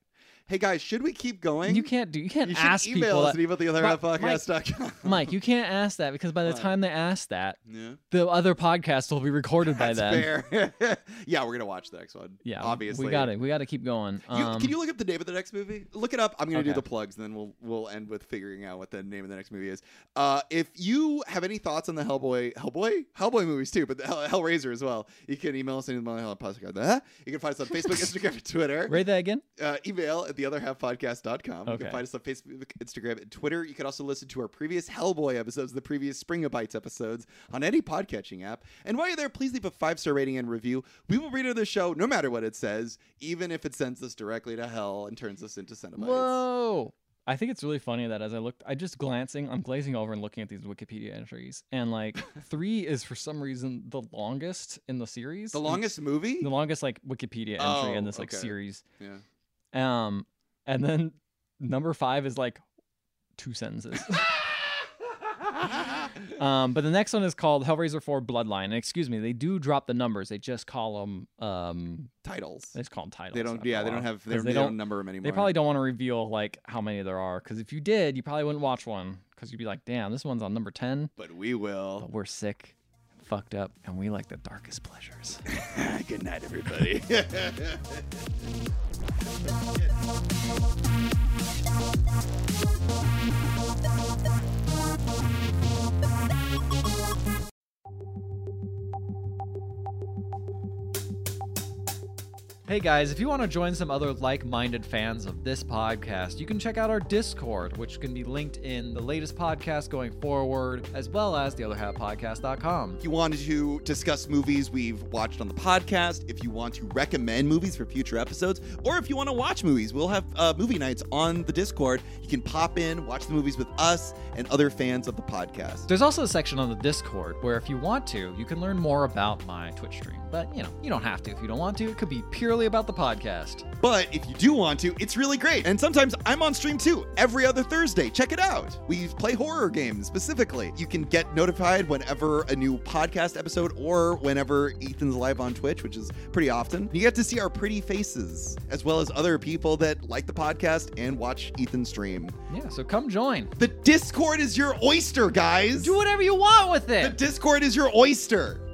Hey guys, should we keep going? You can't do. You can't You should ask email people. us That, at eviltheotherpodcast.com. Mike, you can't ask that because by the Why? time they ask that, Yeah. the other podcast will be recorded by That's then. fair. yeah, we're gonna watch the next one. Yeah, obviously. We got to We got to keep going. You, Um, can you look up the name of the next movie? Look it up. I'm gonna do Okay. the plugs, and then we'll we'll end with figuring out what the name of the next movie is. Uh, if you have any thoughts on the Hellboy, Hellboy, Hellboy movies too, but the Hell, Hellraiser as well, you can email us at the Uh-huh. You can find us on Facebook, Instagram, and Twitter rate that again? uh, email at the other half podcast.com. You Okay. can find us on Facebook, Instagram, and Twitter. You can also listen to our previous Hellboy episodes, the previous Spring of Bites episodes on any podcatching app. And while you're there, please leave a five star rating and review. We will read it on the show no matter what it says, even if it sends us directly to hell and turns us into Cenobites. Whoa! I think it's really funny that as I looked, I just glancing, I'm glazing over and looking at these Wikipedia entries, and like three is for some reason the longest in the series. The longest movie? the longest like Wikipedia entry in Oh, this like okay. series. yeah. Um, and then number five is like two sentences. um, but the next one is called Hellraiser 4 Bloodline. And excuse me, they do drop the numbers. They just call them um, Titles. they just call them titles. They don't. after a Yeah, they don't while, have. They, 'cause don't, they don't number them anymore. They probably don't want to reveal like how many there are because if you did, you probably wouldn't watch one because you'd be like, "Damn, this one's on number ten, But we will. but we're sick, fucked up, and we like the darkest pleasures." Good night, everybody. Hey guys, if you want to join some other like minded fans of this podcast, you can check out our Discord, which can be linked in the latest podcast going forward, as well as theotherhalfpodcast.com. If you wanted to discuss movies we've watched on the podcast, if you want to recommend movies for future episodes, or if you want to watch movies, we'll have uh, movie nights on the Discord. You can pop in, watch the movies with us and other fans of the podcast. There's also a section on the Discord where, if you want to, you can learn more about my Twitch stream. But, you know, you don't have to if you don't want to. It could be purely about the podcast. But if you do want to, it's really great. And sometimes I'm on stream too, every other Thursday. Check it out. We play horror games specifically. You can get notified whenever a new podcast episode or whenever Ethan's live on Twitch, which is pretty often. You get to see our pretty faces, as well as other people that like the podcast and watch Ethan stream. Yeah, so come join. The Discord is your oyster, guys. Do whatever you want with The it. Discord is your oyster.